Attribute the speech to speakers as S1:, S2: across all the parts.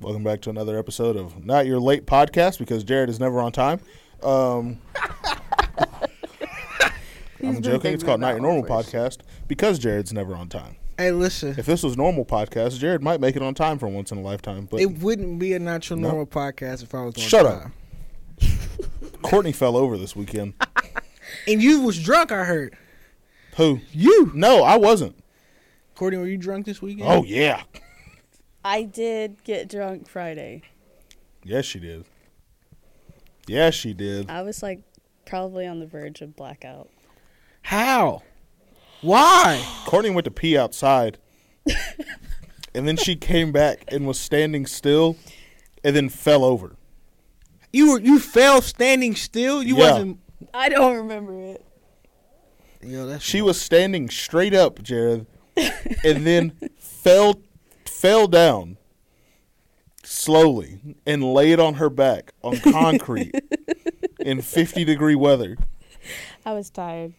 S1: Welcome back to another episode of Not Your Late Podcast because Jared is never on time. Um, I'm joking. It's called Not Your Normal Podcast because Jared's never on time.
S2: Hey, listen,
S1: If this was normal podcast, Jared might make it on time for once in a lifetime. But
S2: it wouldn't be a natural
S1: No.
S2: normal podcast if I was on
S1: Shut up.
S2: time.
S1: Courtney fell over this weekend.
S2: And you was drunk, I heard.
S1: Who?
S2: You,
S1: No, I wasn't.
S2: Courtney, were you drunk this weekend?
S1: Oh yeah,
S3: I did get drunk Friday.
S1: yes she did. Yes she did.
S3: I was like probably on the verge of blackout.
S2: how? Why?
S1: Courtney went to pee outside, and then she came back and was standing still, and then fell over.
S2: You were you fell standing still. You
S1: Yeah.
S2: wasn't.
S3: I don't remember it.
S2: Yo, that's
S1: She was standing straight up, Jared, and then fell fell down slowly and laid on her back on concrete in 50 degree weather,
S3: I was tired.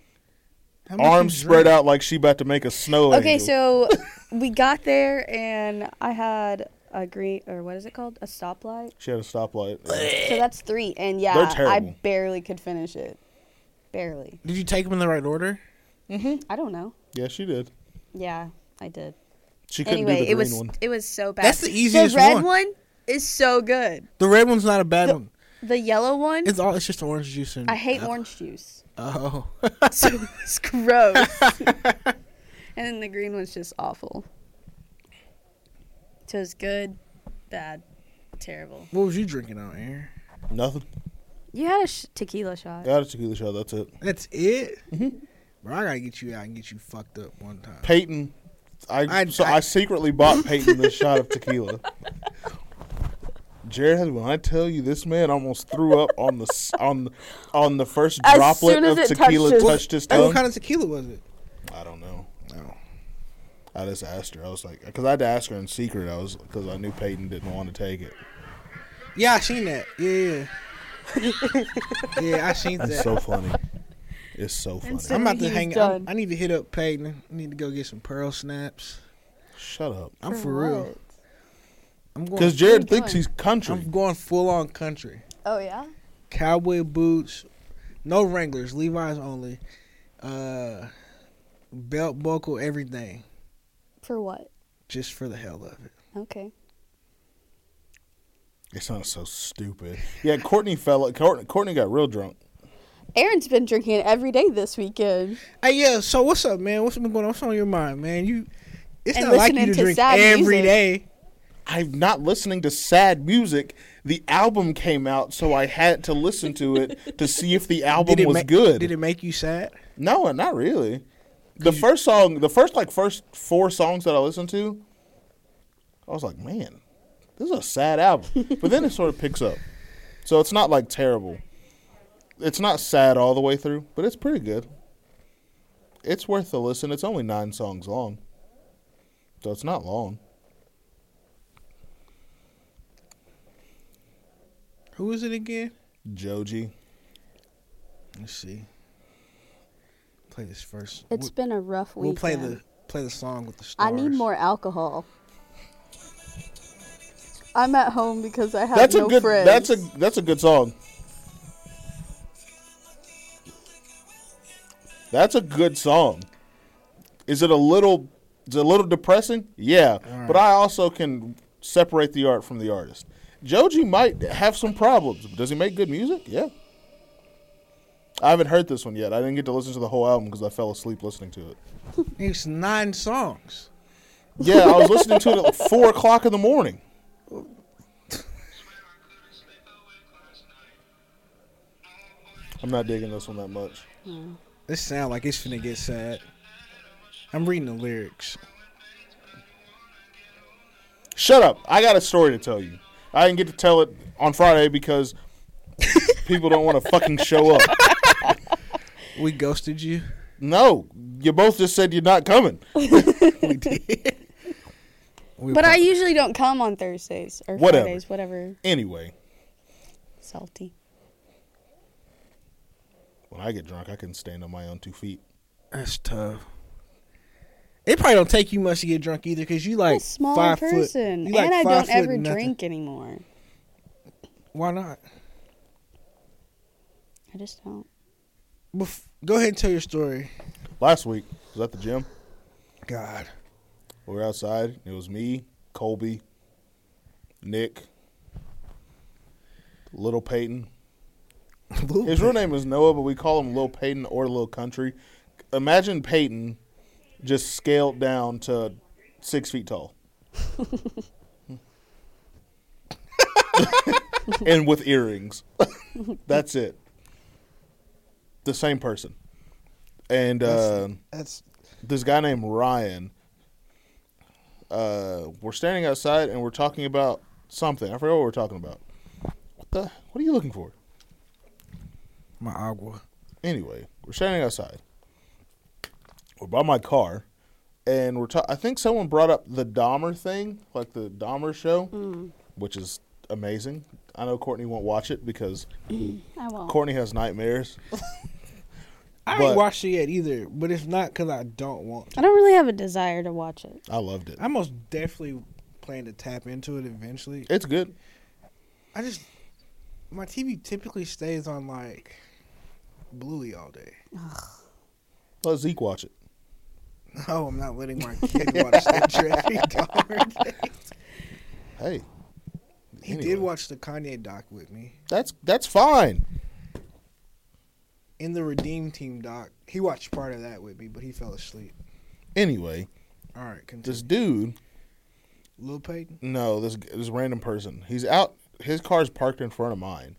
S2: How much you
S1: arms spread
S2: drunk?
S1: out like she about to make a snow
S3: Okay,
S1: angel.
S3: so we got there and I had a green or what is it called? A stoplight.
S1: she had a stoplight.
S3: So that's three, and yeah,
S1: Eh. They're
S3: I
S1: terrible.
S3: barely could finish it. Barely.
S2: Did you take them in the right order?
S3: I don't know.
S1: Yeah, she did.
S3: Yeah, I did.
S1: She couldn't do
S3: Anyway,
S1: the
S3: it
S1: green
S3: was
S1: one.
S3: it was so bad.
S2: That's the easiest
S3: The red
S2: one.
S3: one. is so good.
S2: The red one's not a bad one.
S3: The yellow one,
S2: It's all. It's just orange juice and.
S3: I hate orange juice.
S2: oh.
S3: so it's gross. and then the green one's just awful. So it's good, bad, terrible.
S2: what was you drinking out here?
S1: Nothing.
S3: You had a sh- tequila shot.
S1: Got a tequila shot. That's it.
S2: That's it.
S3: Mm-hmm.
S2: Bro, I gotta get you out and get you fucked up one time.
S1: Peyton. I,
S2: I-
S1: so I,
S2: I-
S1: secretly bought Peyton this shot of tequila. Jared, has- when I tell you this man almost threw up on the s- on on the first
S3: As
S1: droplet
S3: soon as
S1: of
S3: it
S1: tequila touched
S3: touched
S1: his,
S3: his-
S2: Hey,
S1: tongue,
S2: what kind of tequila was it?
S1: I don't know.
S2: No.
S1: I just asked her. I was like, because I had to ask her in secret. I was because I knew Peyton didn't want to take it.
S2: Yeah, I seen that. Yeah. yeah. yeah, I seen that.
S1: It's so funny. It's so funny.
S3: so-
S2: I'm about to
S3: He was
S2: hang out.
S3: done.
S2: I need to hit up Peyton. I need to go get some pearl snaps.
S1: Shut up.
S2: I'm for, real.
S3: what?
S2: I'm going.
S1: Because Jared
S3: What are you
S1: thinks
S3: doing?
S1: he's country.
S2: I'm going full on country.
S3: Oh yeah.
S2: Cowboy boots, no Wranglers, Levi's only, uh, belt buckle, everything,
S3: For what?
S2: just for the hell of it.
S3: Okay.
S1: It sounds so stupid. Yeah, Courtney fell. Courtney, Courtney got real drunk.
S3: Aaron's been drinking it every day this weekend.
S2: Hey, yeah. So what's up, man? What's been going on? What's on your mind, man? You, it's
S3: And
S2: not like you
S3: listening
S2: to
S3: to
S2: drink
S3: sad
S2: every
S3: music.
S2: day.
S1: I'm not listening to sad music. The album came out, so I had to listen to it to see if the album
S2: it
S1: was
S2: ma-
S1: good.
S2: Did it make you sad?
S1: no, not really. The first song, the first like first four songs that I listened to, I was like, man, this is a sad album. but then it sort of picks up, so it's not like terrible. It's not sad all the way through, but it's pretty good. It's worth a listen. It's only nine songs long, so it's not long.
S2: Who is it again?
S1: Joji.
S2: Let's see. Play this first.
S3: It's
S2: We'll-
S3: been a rough
S2: We'll
S3: weekend.
S2: play the play the song with the stars.
S3: I need more alcohol. I'm at home because I have
S1: That's
S3: no
S1: a good.
S3: friends.
S1: That's a that's a good song. That's a good song. Is it a little? Is it a little depressing? Yeah, but I also can separate the art from the artist. Joji might have some problems. Does he make good music? Yeah. I haven't heard this one yet. I didn't get to listen to the whole album because I fell asleep listening to it.
S2: It's nine songs.
S1: Yeah, I was listening to it at like four o'clock in the morning. I'm not digging this one that much.
S2: This sound like it's finna get sad. I'm reading the lyrics.
S1: Shut up! I got a story to tell you. I didn't get to tell it on Friday because people don't want to fucking show up.
S2: We ghosted you.
S1: No, you both just said you're not coming.
S2: We did. We
S3: But I
S2: apo-
S3: usually don't come on Thursdays or
S1: Whatever.
S3: Fridays, whatever.
S1: Anyway,
S3: Salty.
S1: when I get drunk, I can stand on my own two feet.
S2: That's tough. It probably don't take you much to get drunk either, because you
S3: I'm
S2: like
S3: a small
S2: five foot.
S3: person,
S2: you like
S3: and I
S2: five
S3: don't
S2: foot
S3: ever
S2: nothing.
S3: drink anymore.
S2: Why not?
S3: I just don't.
S2: Bef- go ahead and tell your story.
S1: Last week I was at the gym.
S2: God,
S1: We were outside. It was me, Colby, Nick, Little Peyton.
S2: Blue
S1: His real name is Noah, but we call him Little Peyton or Little Country. Imagine Peyton just scaled down to six feet tall. and with earrings. That's it. The same person. And uh,
S2: That's
S1: this guy named Ryan. Uh, we're standing outside and we're talking about something. I forgot what we're talking about. What the? What are you looking for?
S2: my agua.
S1: anyway, we're standing outside. We're by my car, and we're. Ta- I think someone brought up the Dahmer thing, like the Dahmer show, which is amazing. I know Courtney won't watch it because
S3: I won't.
S1: Courtney has nightmares.
S2: I
S1: But-
S2: ain't watched it yet either, but it's not because I don't want. To.
S3: I don't really have a desire to watch it.
S1: I loved it.
S2: I most definitely plan to tap into it eventually.
S1: It's good.
S2: I just my TV typically stays on like Bluey all day.
S1: Let Zeke watch it.
S2: No, Oh, I'm not letting my kid watch that Jeffrey Dahmer. thing.
S1: Hey,
S2: He
S1: Anyway.
S2: did watch the Kanye doc with me
S1: that's that's fine.
S2: in the Redeem Team doc. He watched part of that with me, but he fell asleep.
S1: Anyway,
S2: All right, continue.
S1: this dude
S2: Lil Peyton.
S1: No, this this random person. He's out. His car's parked in front of mine,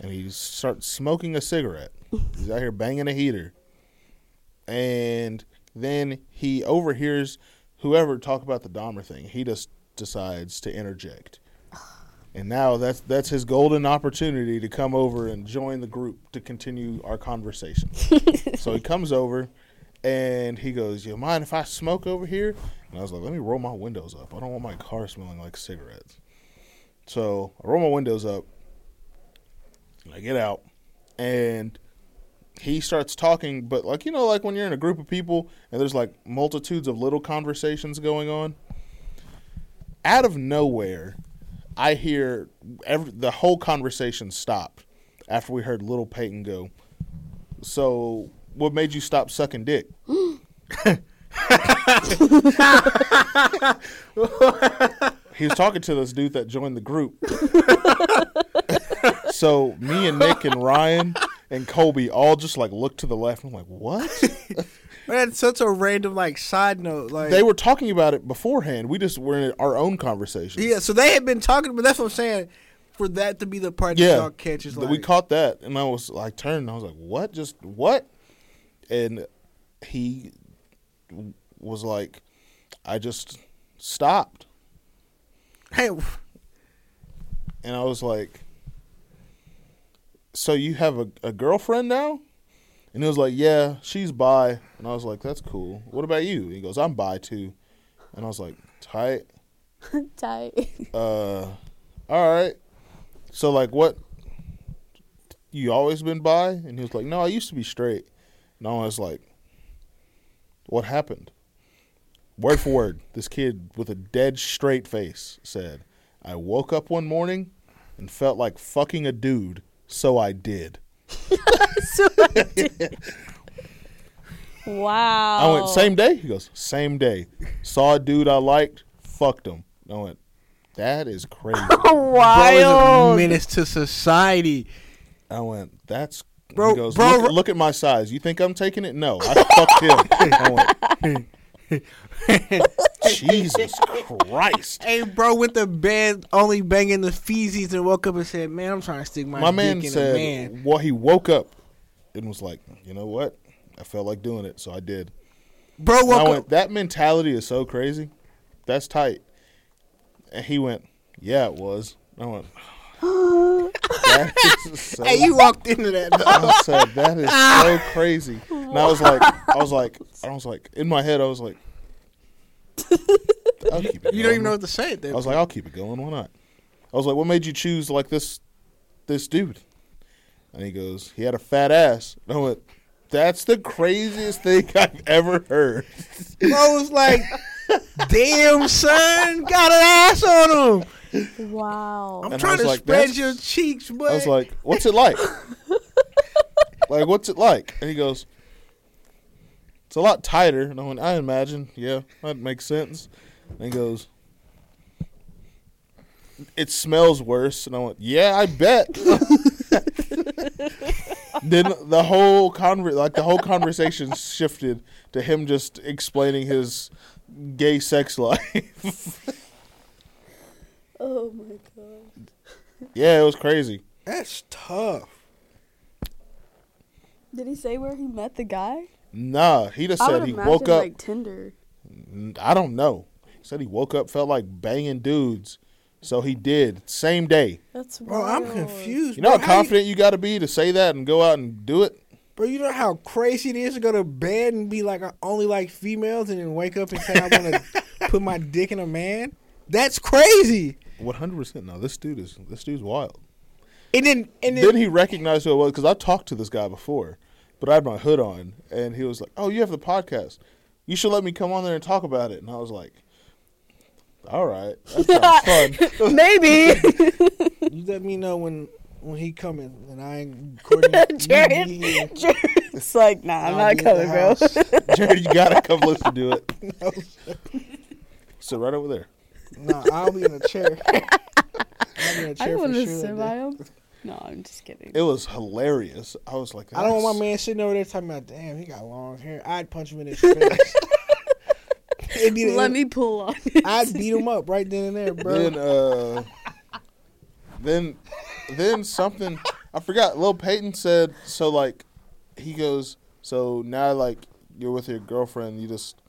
S1: and he starts smoking a cigarette. He's out here banging a heater, and then he overhears whoever talk about the Dahmer thing. He just decides to interject, and now that's that's his golden opportunity to come over and join the group to continue our conversation. so he comes over. And he goes, "You mind if I smoke over here?" And I was like, "Let me roll my windows up. I don't want my car smelling like cigarettes." So I roll my windows up. And I get out, and he starts talking, but like you know, like when you're in a group of people and there's like multitudes of little conversations going on. Out of nowhere, I hear every, the whole conversation stopped after we heard Little Peyton go. So, what made you stop sucking dick? he was talking to this dude that joined the group. so me and Nick and Ryan and Colby all just like looked to the left. and I'm like, what?
S2: That's such a random like side note. Like
S1: they were talking about it beforehand. We just were in our own conversation.
S2: yeah, so they had been talking, but that's what I'm saying. For that to be the part that y'all catch is
S1: th-
S2: like
S1: we caught that, and I was like turned, and I was like, "What? Just what?" And he w- was like, "I just stopped,"
S2: Hey,
S1: and I was like, "So you have a, a girlfriend now?" And he was like, "Yeah, she's bi," and I was like, "That's cool. What about you?" he goes, "I'm bi too," and I was like, "Tight."
S3: Tight.
S1: uh all right so like what you always been bi and he was like no i used to be straight and i was like what happened word for word this kid with a dead straight face said i woke up one morning and felt like fucking a dude so i did
S3: wow.
S1: i went same day he goes same day saw a dude i liked fucked him i went that is crazy
S2: bro is a
S3: Wild.
S2: menace to society.
S1: I went, that's
S2: Bro-
S1: he goes,
S2: bro-
S1: look, look at my size. You think I'm taking it? No, I fucked him. I went, Jesus Christ.
S2: Hey, bro went to bed only banging the feces and woke up and said, "Man, I'm trying to stick my,
S1: My
S2: dick
S1: man
S2: in
S1: said,
S2: a man."
S1: well, he woke up and was like, you know what? I felt like doing it, so I did.
S2: Bro
S1: And I
S2: woke
S1: went,
S2: up.
S1: that mentality is so crazy. That's tight. And he went, yeah, it was. I went, that is so
S2: Hey, you walked into that. dog.
S1: I said that is so crazy. And I was like, I was like, I was like, in my head, I was like, I'll keep it
S2: You don't
S1: going.
S2: even know what to say. At that
S1: I was like, I'll keep it going. Why not? I was like, what made you choose like this, this dude? And he goes, he had a fat ass. And I went, That's the craziest thing I've ever heard.
S2: Bro was like, damn, son, got an ass on him.
S3: Wow.
S2: I'm
S1: And I
S2: trying
S1: was
S2: to
S1: like,
S2: spread
S1: that's-
S2: your cheeks, but
S1: I was like, "What's it like? like, what's it like?" And he goes, "It's a lot tighter." And I went, "I imagine, yeah, that makes sense." And he goes, "It smells worse." And I went, "Yeah, I bet." then the whole conver- like the whole conversation shifted to him just explaining his gay sex life.
S3: Oh my god.
S1: yeah, it was crazy.
S2: that's tough.
S3: Did he say where he met the guy?
S1: Nah, he just said he woke up.
S3: like Tinder.
S1: N- I don't know. He said he woke up, felt like banging dudes. So he did. Same day.
S3: That's
S2: Bro, I'm confused.
S1: You know
S2: bro.
S1: how
S2: How you-
S1: confident you, got to be to say that and go out and do it?
S2: Bro, you know how crazy it is to go to bed and be like, I only like females, and then wake up and say I want to put my dick in a man. That's crazy.
S1: 100%. No, this dude is this dude's wild.
S2: And then, and then,
S1: Then he recognized who it was because I've talked to this guy before, but I had my hood on and he was like, "Oh, you have the podcast. You should let me come on there and talk about it." And I was like, "All right, that sounds fun."
S3: Maybe.
S2: you let me know when when he coming, and I ain't recording.
S3: Jared, Jared's like, nah, I'm not coming, bro.
S1: Jared, you gotta come listen to it.
S2: bro.
S1: Sit right over there.
S2: nah, I'll be in a chair. I'll be in a
S3: I
S2: chair
S3: don't
S2: for
S3: want to
S2: sure.
S3: sit
S2: dude.
S3: by him. No, I'm just kidding.
S1: It was hilarious. I was like,
S2: I don't want
S1: "That's-
S2: my man sitting over there talking about, damn, he got long hair. I'd punch him in his face. It'd be-
S3: Let me pull on.
S2: I'd beat him up right then and there, bro.
S1: Then, uh, then, then something I forgot. Lil Peyton said so. Like, he goes. So now, like, you're with your girlfriend. You just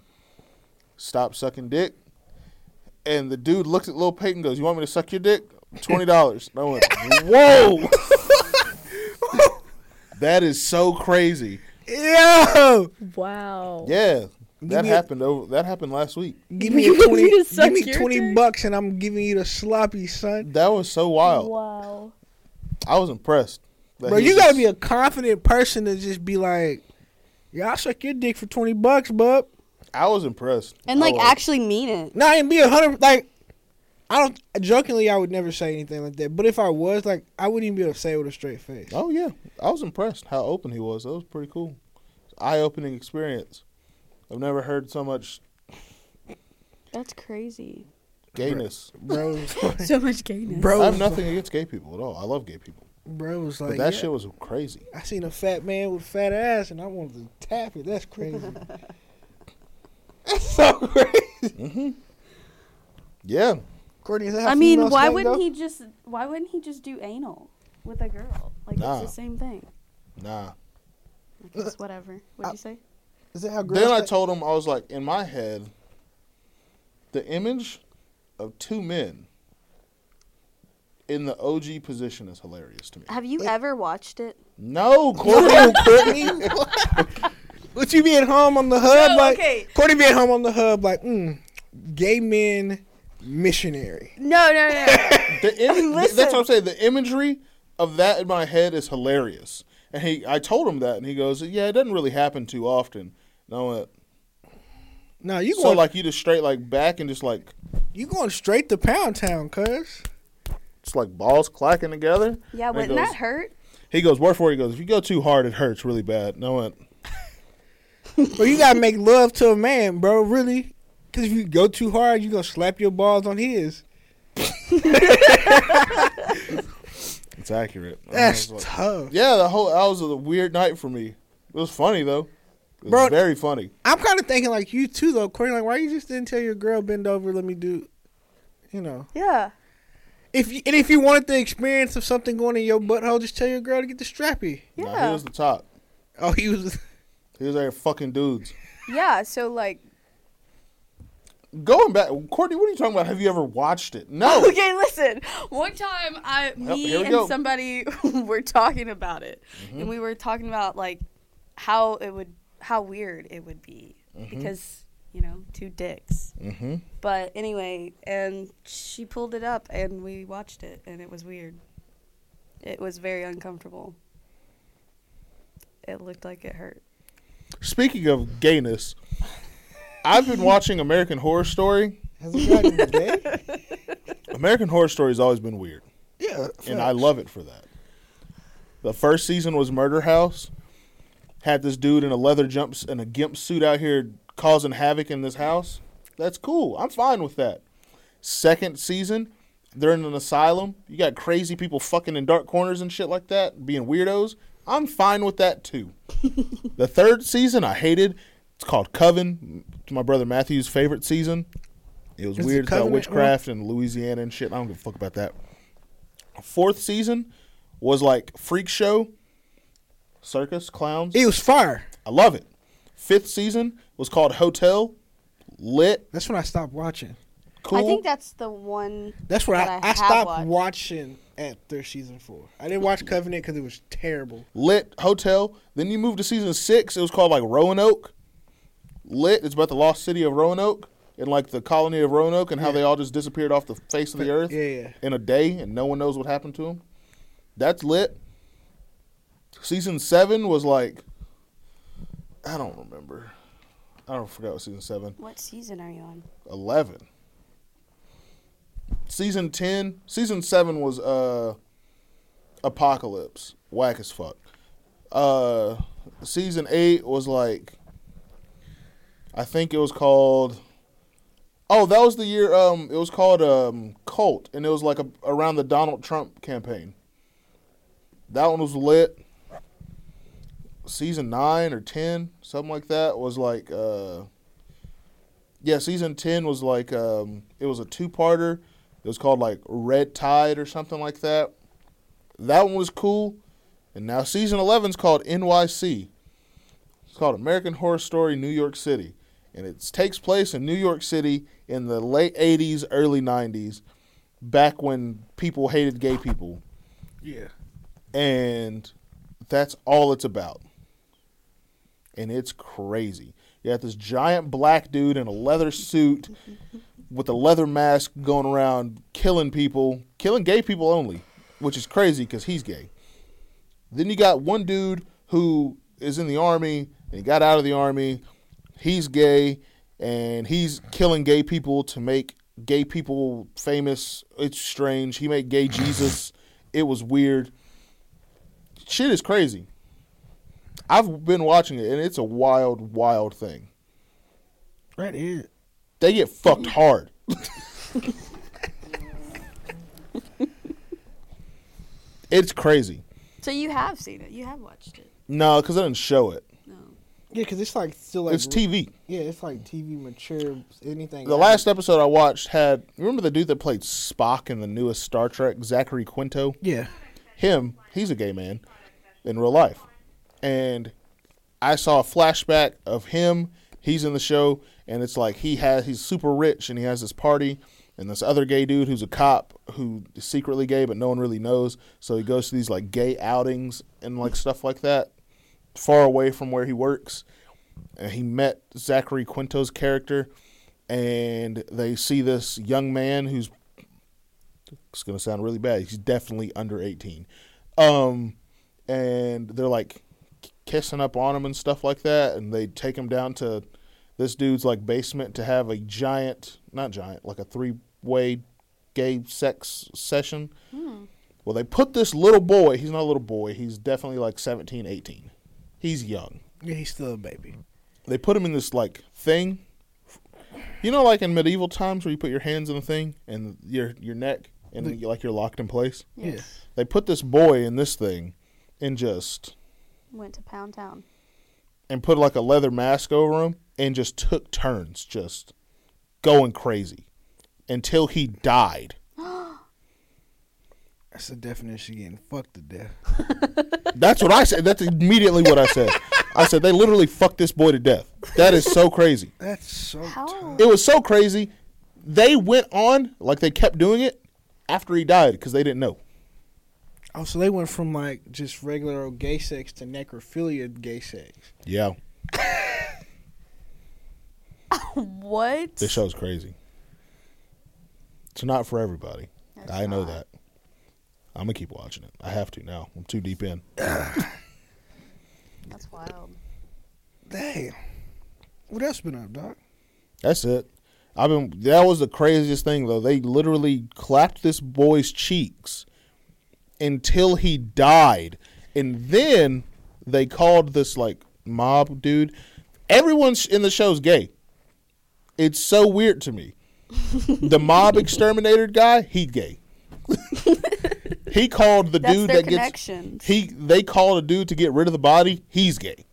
S1: stop sucking dick. And the dude looks at Lil Peyton. and Goes, you want me to suck your dick? Twenty dollars. I went, whoa. that is so crazy.
S2: Yo,
S3: Wow.
S1: Yeah, that
S2: me a-
S1: happened over. That happened last week.
S2: give me
S3: You
S2: a
S3: want
S2: twenty.
S3: me to suck
S2: Give me
S3: your
S2: twenty
S3: dick?
S2: bucks, and I'm giving you the sloppy son,
S1: That was so wild.
S3: Wow.
S1: I was impressed. that
S2: bro.
S1: he
S2: You
S1: was
S2: gotta
S1: just-
S2: be a confident person to just be like, "Yeah, I'll suck your dick for twenty bucks, bub."
S1: I was impressed.
S3: And
S1: I
S3: like
S1: was.
S3: actually mean it.
S2: No, and be a hundred. Like, I don't jokingly, I would never say anything like that. But if I was, like, I wouldn't even be able to say it with a straight face.
S1: Oh yeah, I was impressed how open he was. That was pretty cool. Eye-opening experience. I've never heard so much
S3: That's crazy.
S1: gayness.
S2: Bro, was like-
S3: So much gayness.
S2: bro,
S1: I have
S2: was
S1: nothing against gay people at all. I love gay people,
S2: like- bro was
S1: but
S2: like,
S1: that
S2: yeah,
S1: shit was crazy.
S2: I seen a fat man with fat ass, and I wanted to tap it. That's crazy. That's so crazy.
S1: Mm-hmm. Yeah,
S2: Courtney, is that how
S3: I mean,
S2: females
S3: why
S2: spank,
S3: wouldn't
S2: though?
S3: he just why wouldn't he just do anal with a girl? Like
S1: Nah.
S3: it's the same thing.
S1: nah.
S3: Like, it's whatever. What'd you say?
S2: Is that how girls?
S1: Then I
S2: spank?
S1: told him I was like, in my head, the image of two men in the OG position is hilarious to me.
S3: Have you ever watched it?
S1: No,
S2: No,
S1: Courtney.
S2: Courtney. Would you be at home on the hub?
S3: No,
S2: like,
S3: okay.
S2: Courtney be at home on the hub, like, mm, gay men missionary.
S3: No, no, no.
S1: The Im-
S3: Listen.
S1: that's what I'm saying. The imagery of that in my head is hilarious. And he, I told him that, and he goes, "Yeah, it doesn't really happen too often." And I went,
S2: No, you
S1: "So
S2: going
S1: like you just straight like back and just like
S2: you going straight to Pound Town, cuz.
S1: just like balls clacking together."
S3: yeah,
S1: And he
S3: wouldn't
S1: goes-
S3: that hurt?
S1: He goes, "Word for it." He goes, "If you go too hard, it hurts really bad." And I went,
S2: But you gotta make love to a man, bro, really. Cause if you go too hard, you gonna slap your balls on his.
S1: "It's accurate." And I
S2: That's
S1: was like-
S2: tough.
S1: yeah, the whole that was a weird night for me. It was funny though. It was
S2: Bro-
S1: very funny.
S2: I'm kind of thinking like you too, though, Courtney. Like, why you just didn't tell your girl bend over, let me do, you know?
S3: Yeah.
S2: If you, and if you wanted the experience of something going in your butthole, just tell your girl to get the strappy.
S1: Nah,
S3: Yeah.
S1: he was the top.
S2: Oh, he was.
S1: He was like fucking dudes.
S3: Yeah, so like
S1: Going back, Courtney, what are you talking about? Have you ever watched it? No.
S3: Okay, listen. One time, I, me
S1: Oh. here we
S3: and
S1: go. Mm-hmm.
S3: somebody were talking about it, and we were talking about like how it would, how weird it would be because you know two dicks.
S1: Mm-hmm.
S3: But anyway, and she pulled it up, and we watched it, and it was weird. It was very uncomfortable. It looked like it hurt.
S1: Speaking of gayness, I've been watching American Horror Story.
S2: Has it gotten gay?
S1: American Horror Story has always been weird,
S2: Yeah.
S1: and I love it for that. The first season was Murder House. Had this dude in a leather jumps and a gimp suit out here causing havoc in this house. That's cool. I'm fine with that. Second season, they're in an asylum. You got crazy people fucking in dark corners and shit like that, being weirdos. I'm fine with that too. the third season, I hated. It's called Coven. It's my brother Matthew's favorite season. It was
S2: Is the
S1: weird. It's about
S2: Covenant one-
S1: witchcraft and Louisiana and shit. I don't give a fuck about that. Fourth season was like freak show, circus, clowns.
S2: It was fire.
S1: I love it. Fifth season was called Hotel, lit,
S2: That's when I stopped watching.
S1: cool.
S3: I think that's the one.
S2: That's when I,
S3: that
S2: I,
S3: have
S2: stopped
S3: watched.
S2: watching after season four. I didn't watch Covenant because it was terrible.
S1: lit hotel. Then you move to season six. It was called like Roanoke. Lit. It's about the lost city of Roanoke and like the colony of Roanoke and how they all just disappeared off the face of the earth
S2: Yeah, yeah.
S1: in a day and no one knows what happened to them. That's lit. Season seven was like, I don't remember. I don't forget what season seven.
S3: What season are you on?
S1: 11 season 10 season 7 was uh apocalypse whack as fuck uh season 8 was like i think it was called oh that was the year um it was called um cult and it was like a, around the donald trump campaign that one was lit season 9 or 10 something like that was like uh yeah, season ten was like um, it was a two-parter. It was called like Red Tide or something like that. That one was cool. And now season 11's called NYC. It's called American Horror Story New York City, and it takes place in New York City in the late '80s, early '90s, back when people hated gay people,
S2: Yeah.
S1: and that's all it's about. And it's crazy. You got this giant black dude in a leather suit with a leather mask going around killing people, killing gay people only, which is crazy because he's gay. Then you got one dude who is in the army and he got out of the army. He's gay and he's killing gay people to make gay people famous. It's strange. He made gay Jesus. It was weird. Shit is crazy. I've been watching it and it's a wild, wild thing.
S2: That is.
S1: They get fucked hard. it's crazy.
S3: So you have seen it. You have watched it.
S1: No, because I didn't show it.
S3: No.
S2: Yeah, because it's like still like
S1: it's TV.
S2: Yeah, it's like TV mature. Anything.
S1: The last episode I watched had remember the dude that played Spock in the newest Star Trek, Zachary Quinto.
S2: Yeah.
S1: Him, he's a gay man in real life, and I saw a flashback of him. He's in the show, and it's like he has he's super rich, and he has this party, and this other gay dude who's a cop who is secretly gay, but no one really knows. So he goes to these like gay outings and like stuff like that, far away from where he works, and he met Zachary Quinto's character, and they see this young man who's it's gonna sound really bad. He's definitely under eighteen, um, and they're like kissing up on him and stuff like that, and they take him down to this dude's like basement to have a giant, not giant, like a three way gay sex session. Well, they put this little boy. He's not a little boy. He's definitely like 17, 18. He's young
S2: Yeah, he's still a baby.
S1: they put him in this like thing. You know, like in medieval times, where you put your hands in the thing and your your neck, and you, like you're locked in place.
S2: Yeah.
S3: Yes.
S1: They put this boy in this thing, and just
S3: Went to Pound Town.
S1: and put like a leather mask over him, and just took turns, just going crazy, until he died.
S2: That's the definition of getting fucked to death.
S1: That's what I said. That's immediately what I said. I said they literally fucked this boy to death. That is so crazy.
S2: That's so.
S3: How?
S1: It was so crazy. They went on like they kept doing it after he died because they didn't know.
S2: Oh, so they went from like just regular old gay sex to necrophilia gay sex.
S1: Yeah,
S3: What?
S1: this show's crazy. It's not for everybody.
S3: That's
S1: I know
S3: not.
S1: that. I'm gonna keep watching it. I have to now. I'm too deep in.
S3: That's wild.
S2: Damn. What else been up, dog?
S1: That's it. I've been. That was the craziest thing though. They literally clapped this boy's cheeks until he died, and then they called this like mob dude. Everyone sh- in the show's gay. It's so weird to me. the mob exterminator guy, he gay. he called the
S3: That's
S1: dude
S3: their
S1: that gets
S3: connections.
S1: he they called a dude to get rid of the body. He's gay.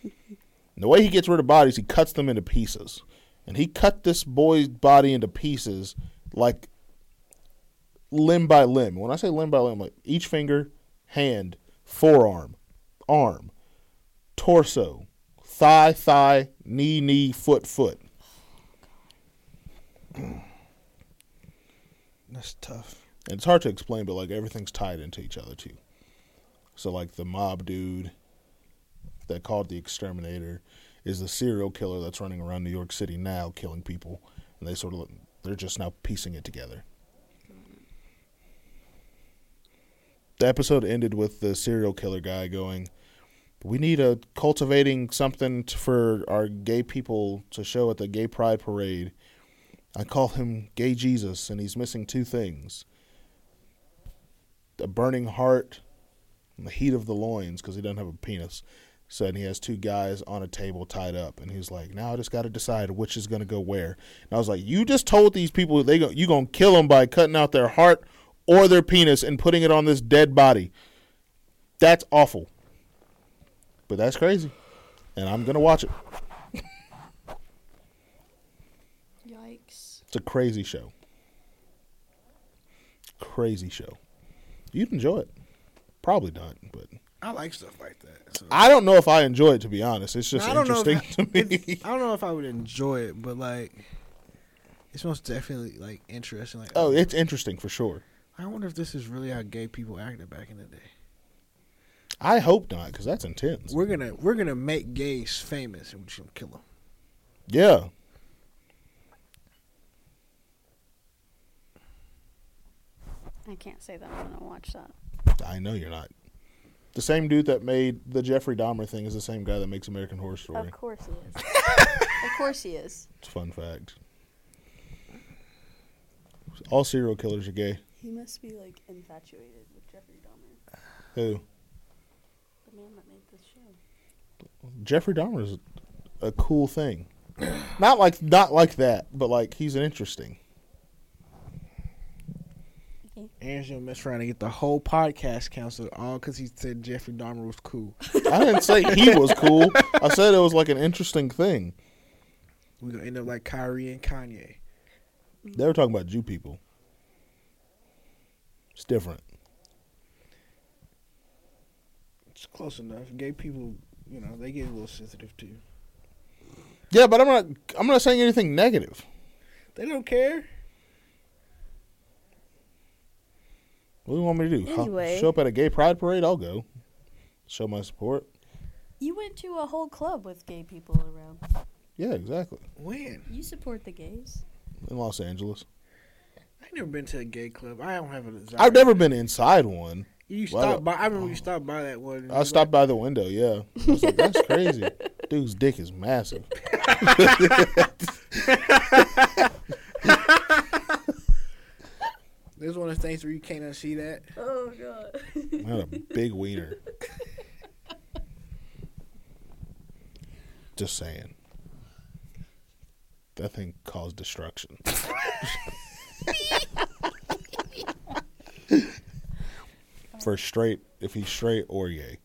S1: And the way he gets rid of bodies, he cuts them into pieces, and he cut this boy's body into pieces, like limb by limb. When I say limb by limb, like each finger, hand, forearm, arm, torso, thigh, thigh, knee, knee, foot, foot.
S2: That's tough.
S1: And it's hard to explain, but like everything's tied into each other too. So like the mob dude that called the exterminator is the serial killer that's running around New York City now killing people, and they sort of they're just now piecing it together. The episode ended with the serial killer guy going, "We need a cultivating something t- for our gay people to show at the gay pride parade." I call him Gay Jesus, and he's missing two things a burning heart and the heat of the loins because he doesn't have a penis. So and he has two guys on a table tied up, and he's like, "Now I just got to decide which is gonna go where." And I was like, "You just told these people they go, you gonna kill them by cutting out their heart or their penis and putting it on this dead body. That's awful, but that's crazy, and I'm gonna watch it.
S3: Yikes.
S1: It's a crazy show. Crazy show. You'd enjoy it, probably not, but
S2: I like stuff like that. so-
S1: I don't know if I enjoy it to be honest. It's just
S2: I don't know.
S1: interesting
S2: If
S1: to
S2: I, it's-
S1: me.
S2: I don't know if I would enjoy it, but like, it's most definitely like interesting. Like,
S1: Oh, it's interesting for sure.
S2: I wonder if this is really how gay people acted back in the day.
S1: I hope not because that's intense.
S2: We're gonna we're gonna make gays famous and we're just gonna kill them.
S1: Yeah.
S3: I can't say that I'm going to watch that.
S1: I know you're not. The same dude that made the Jeffrey Dahmer thing is the same guy that makes American Horror Story.
S3: Of course he is. of course he is.
S1: It's a fun fact. All serial killers are gay.
S3: He must be like infatuated with Jeffrey Dahmer,
S1: Who?
S3: the man that made this show.
S1: Jeffrey Dahmer is a cool thing. not like not like that, but like he's an interesting.
S2: Aaron's gonna mess around and get the whole podcast canceled all because he said Jeffrey Dahmer was cool.
S1: I didn't say he was cool. I said it was like an interesting thing.
S2: We're gonna end up like Kyrie and Kanye.
S1: They were talking about Jew people. It's different.
S2: It's close enough. Gay people, you know, they get a little sensitive too.
S1: Yeah, but I'm not. I'm not saying anything negative.
S2: They don't care.
S1: What do you want me to do? Huh?
S3: Anyway.
S1: show up at a gay pride parade? I'll go. Show my support.
S3: You went to a whole club with gay people around.
S1: Yeah, exactly.
S2: When?
S3: You support the gays.
S1: In Los Angeles,
S2: I ain't never been to a gay club. I don't have a desire.
S1: I've never been inside one.
S2: You
S1: Well,
S2: stopped by. I remember you stopped by that one. and you
S1: I stopped by the window. Yeah, I was like, that's crazy. Dude's dick is massive.
S2: Like, this is one of the things where you can't unsee that.
S3: Oh god.
S1: Not a big wiener. Just saying. That thing caused destruction. For straight, if he's straight or gay,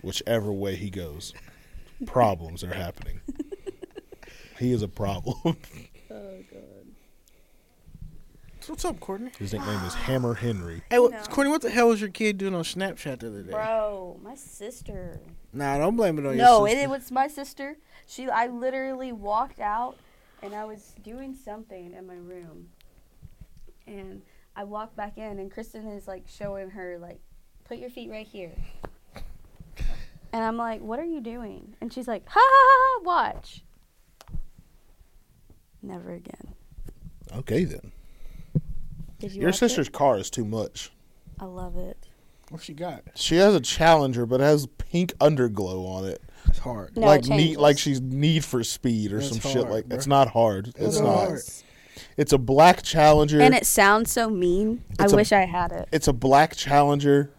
S1: whichever way he goes, problems are happening. He is a problem.
S3: oh god.
S2: So what's up, Courtney?
S1: His nickname is Hammer Henry.
S2: Hey, what,
S3: No.
S2: Courtney, what the hell was your kid doing on Snapchat the other day?
S3: Bro, my sister.
S2: Nah, don't blame it on
S3: No,
S2: your
S3: it,
S2: sister.
S3: it was my sister. She I literally walked out and I was doing something in my room. And I walked back in and Kristen is like showing her like put your feet right here. And I'm like, "What are you doing?" And she's like, "Ha ha ha, ha watch." Never again.
S1: Okay, then.
S3: Did you
S1: Your
S3: watch it?
S1: sister's car is too much.
S3: I love it.
S2: What she got?
S1: She has a Challenger, but it has pink underglow on it,
S2: It's hard.
S4: No,
S1: like
S4: it
S1: need
S4: changes.
S1: like she's Need for Speed or
S2: That's
S1: some shit
S2: hard,
S1: like.
S2: bruh.
S1: It's not hard. It's
S2: not
S1: not.
S2: hard.
S1: It's a black Challenger.
S4: And it sounds so mean.
S1: It's
S4: I
S1: a-
S4: wish I had it.
S1: it's a black Challenger.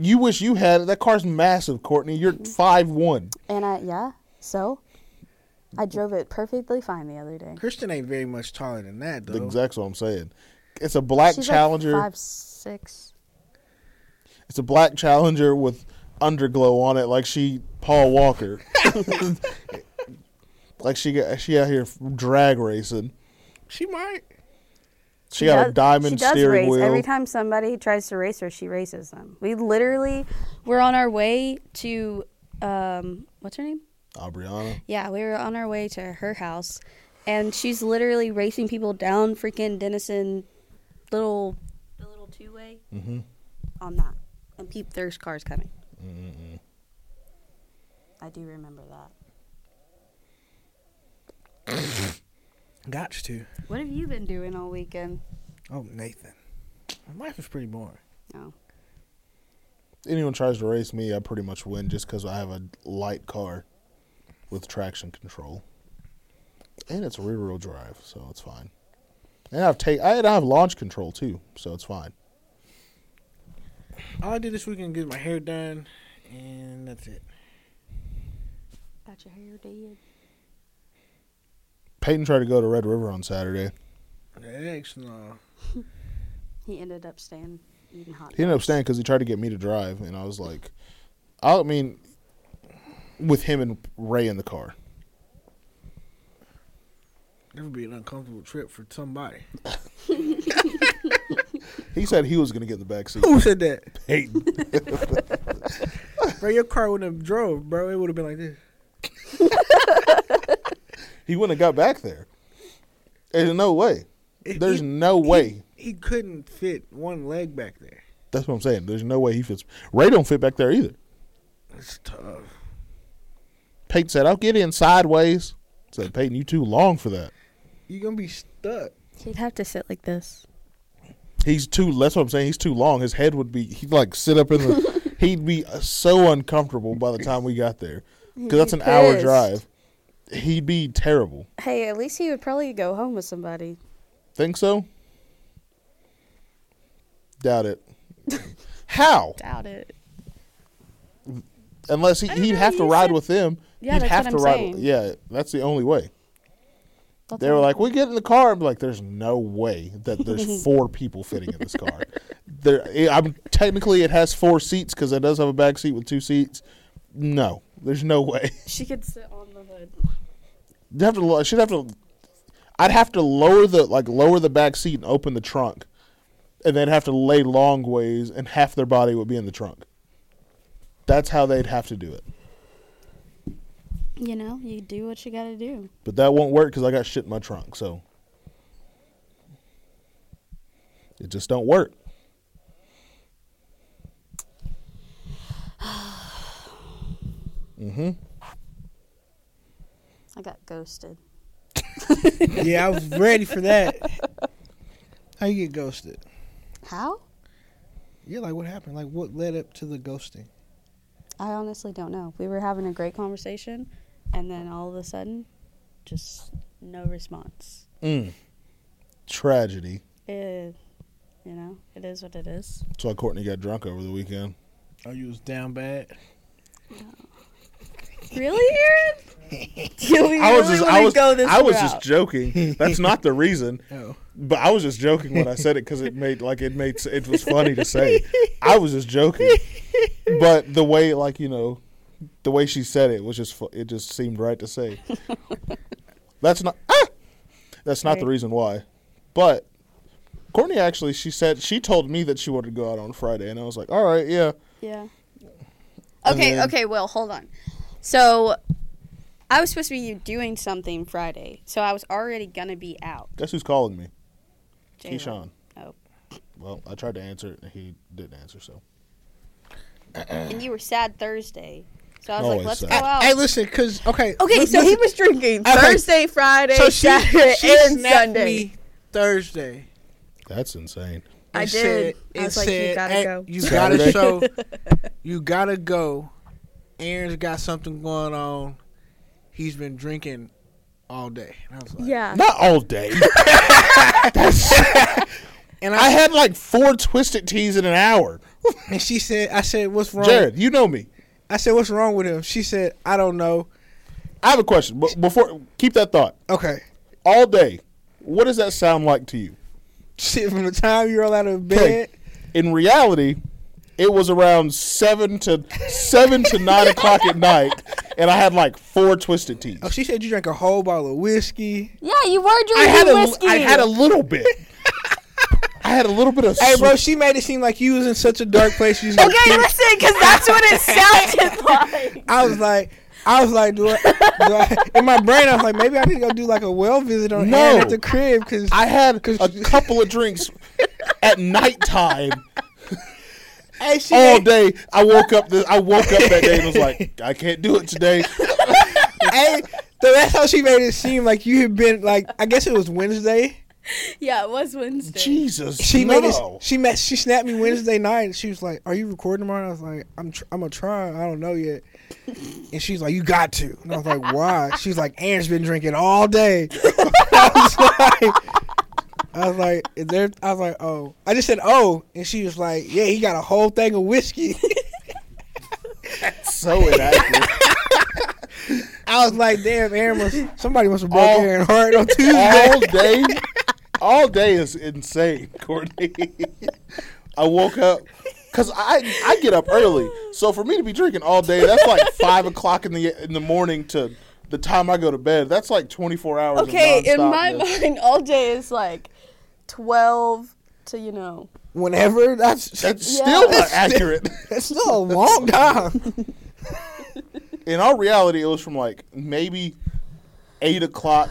S1: You wish you had it. That car's massive, Courtney. You're
S4: Mm-hmm.
S1: five one.
S4: And I yeah. So I drove it perfectly fine the other day.
S2: Kristen ain't very much taller than that though.
S1: That's what I'm saying. It's a black Challenger.
S4: Like five six.
S1: It's a black Challenger with underglow on it, like she Paul Walker. like she got, she out here drag racing.
S2: She might.
S1: She, got a diamond
S4: she does
S1: steering
S4: race.
S1: wheel.
S4: Every time somebody tries to race her, she races them. We literally were on our way to um what's her name?
S1: Aubriana.
S4: Yeah, we were on our way to her house, and she's literally racing people down freaking Denison, little the little two way
S1: Mm-hmm.
S4: on that, and peep there's cars coming.
S1: Mm-hmm.
S4: I do remember that.
S2: Got to.
S4: What have you been doing all weekend?
S2: Oh, Nathan. My life is pretty boring.
S4: No,
S1: Anyone tries to race me, I pretty much win just because I have a light car with traction control, and it's rear wheel drive, so it's fine. And I've take I, and I have launch control too, so it's fine.
S2: All I did this weekend was get my hair done, and that's it.
S4: got your hair did.
S1: Peyton tried to go to Red River on Saturday.
S2: That's no.
S4: He ended up staying eating hot.
S1: He ended up
S4: dogs.
S1: staying because he tried to get me to drive, and I was like, I mean, with him and Ray in the car.
S2: That would be an uncomfortable trip for somebody.
S1: He said he was going to get in the back seat.
S2: Who said that?
S1: Peyton.
S2: bro, your car wouldn't have drove, bro. It would have been like this.
S1: He wouldn't have got back there. There's no way.
S2: It-
S1: There's
S2: it-
S1: no way.
S2: He couldn't fit one leg back there.
S1: That's what I'm saying. There's no way he fits. Ray don't fit back there either.
S2: It's tough.
S1: Peyton said, I'll get in sideways. I said, Peyton, you too long for that.
S2: You're gonna be stuck.
S4: He'd have to sit like this.
S1: He's too, that's what I'm saying. He's too long. His head would be, he'd like sit up in the, he'd be uh, so uncomfortable by the time we got there. Because that's an
S4: He'd be
S1: hour
S4: pissed.
S1: drive. He'd be terrible.
S4: Hey, at least he would probably go home with somebody.
S1: Think so? Doubt it. How?
S4: Doubt it.
S1: Unless he,
S4: I don't
S1: he'd
S4: know,
S1: have to
S4: you
S1: ride
S4: said-
S1: with them.
S4: Yeah,
S1: he'd
S4: that's
S1: have
S4: what
S1: to
S4: I'm
S1: ride.
S4: saying.
S1: Yeah, that's the only way.
S4: That's
S1: they were
S4: all.
S1: like, "We get in the car." I'm like, "There's no way that there's four people fitting in this car." There, I- I'm technically it has four seats because it does have a back seat with two seats. No, there's no way.
S4: she could sit on the hood.
S1: You'd have to. lo- She'd have to. I'd have to lower the like lower the back seat and open the trunk, and they'd have to lay long ways, and half their body would be in the trunk. That's how they'd have to do it.
S4: You know, you do what you gotta do.
S1: But that won't work because I got shit in my trunk. So it just don't work. Mm-hmm.
S4: I got ghosted.
S2: yeah, I was ready for that. How you get ghosted?
S4: How?
S2: Yeah, like what happened? Like what led up to the ghosting?
S4: I honestly don't know. We were having a great conversation, and then all of a sudden, just no response.
S1: Mm. Tragedy.
S4: It, you know, it is what it is.
S1: That's why Courtney got drunk over the weekend.
S2: Oh, you was down bad.
S4: Really, Aaron? Do we
S1: I was
S4: really
S1: just,
S4: wanna
S1: I was,
S4: go this
S1: I was
S4: route?
S1: just joking. That's not the reason.
S2: Oh,
S1: But I was just joking when I said it because it made like it made it was funny to say. I was just joking, but the way like you know, the way she said it was just fu- it just seemed right to say. That's not ah! that's not the
S4: Right.
S1: reason why, but Courtney actually she said she told me that she wanted to go out on Friday and I was like, all right, yeah,
S4: Yeah.
S1: And
S4: Okay,
S1: then-
S4: okay, well, hold on. So I was supposed to be doing something Friday, so I was already gonna be out.
S1: guess who's calling me?
S4: J-Lo.
S1: Keyshawn.
S4: Oh.
S1: Well, I tried to answer it and he didn't answer, so
S4: And you were sad Thursday. So I was
S1: Always
S4: like, let's
S1: sad.
S4: go out.
S2: hey, listen, cause okay,
S4: okay,
S2: li-
S4: so he
S2: listen.
S4: was drinking
S2: Okay.
S4: Thursday, Friday,
S2: So she,
S4: Saturday,
S2: she
S4: and
S2: snapped
S4: Sunday.
S2: me Thursday.
S1: That's insane.
S2: It
S5: I did.
S2: said-
S5: I
S2: it
S5: was like, you
S2: said,
S5: gotta
S2: "Hey,
S5: go.
S2: You gotta
S1: Saturday.
S2: show. You gotta go. Aaron's got something going on. He's been drinking all day. And I was like,
S5: Yeah.
S1: Not all day.
S2: And I,
S1: I had like four twisted teas in an hour.
S2: and she said, I said, what's wrong?
S1: Jared, you know me.
S2: I said, what's wrong with him? She said, I don't know.
S1: I have a question. But before, keep that thought.
S2: Okay.
S1: All day. What does that sound like to you?
S2: Shit, from the time you roll out of bed,
S1: Okay. In reality, it was around seven to seven to nine o'clock at night, and I had like four twisted teas.
S2: Oh, she said you drank a whole bottle of whiskey.
S3: Yeah, you were
S1: I
S3: drinking
S1: had a,
S3: whiskey.
S1: I had a little bit. I had a little bit of.
S2: Hey, bro,
S1: sweet-
S2: she made it seem like you was in such a dark place. You was like,
S5: Okay, listen, because that's what it sounded
S3: It's like-
S2: I was like, I was like, do I, do I, in my brain, I was like, maybe I need to go do like a well visit on
S1: No.
S2: Aaron at the crib because
S1: I had
S2: Cause-
S1: a couple of drinks at nighttime
S2: hey, she
S1: all
S2: made-
S1: day. I woke up. The, I woke up that day and was like, I can't do it today.
S2: hey, so that's how she made it seem like you had been like I guess it was Wednesday.
S3: yeah, it was Wednesday.
S1: Jesus,
S2: She
S1: no.
S2: made it. She met. She snapped me Wednesday night, and she was like, "Are you recording tomorrow?" And I was like, "I'm. Tr- I'm gonna try. I don't know yet." And she's like, "You got to." And I was like, "Why?" She's like, "Aaron's been drinking all day." I was like, "I was like, is there?" I was like, "Oh." I just said, "Oh," and she was like, "Yeah, he got a whole thing of whiskey."
S1: so inaccurate.
S2: I was like, "Damn, Aaron must. Somebody must have broke
S1: All-
S2: Aaron hard on Tuesday."
S1: all day, all day is insane, Courtney. I woke up because I I get up early, so for me to be drinking all day, that's like five o'clock in the in the morning to the time I go to bed. That's like twenty four hours. of
S3: Okay, in my
S1: nonstopness.
S3: mind, all day is like 12 to, you know.
S2: Whenever that's
S1: that's
S3: Yeah.
S1: still not
S2: That's still-
S1: accurate.
S2: that's still a long time.
S1: in all reality, it was from like maybe eight o'clock.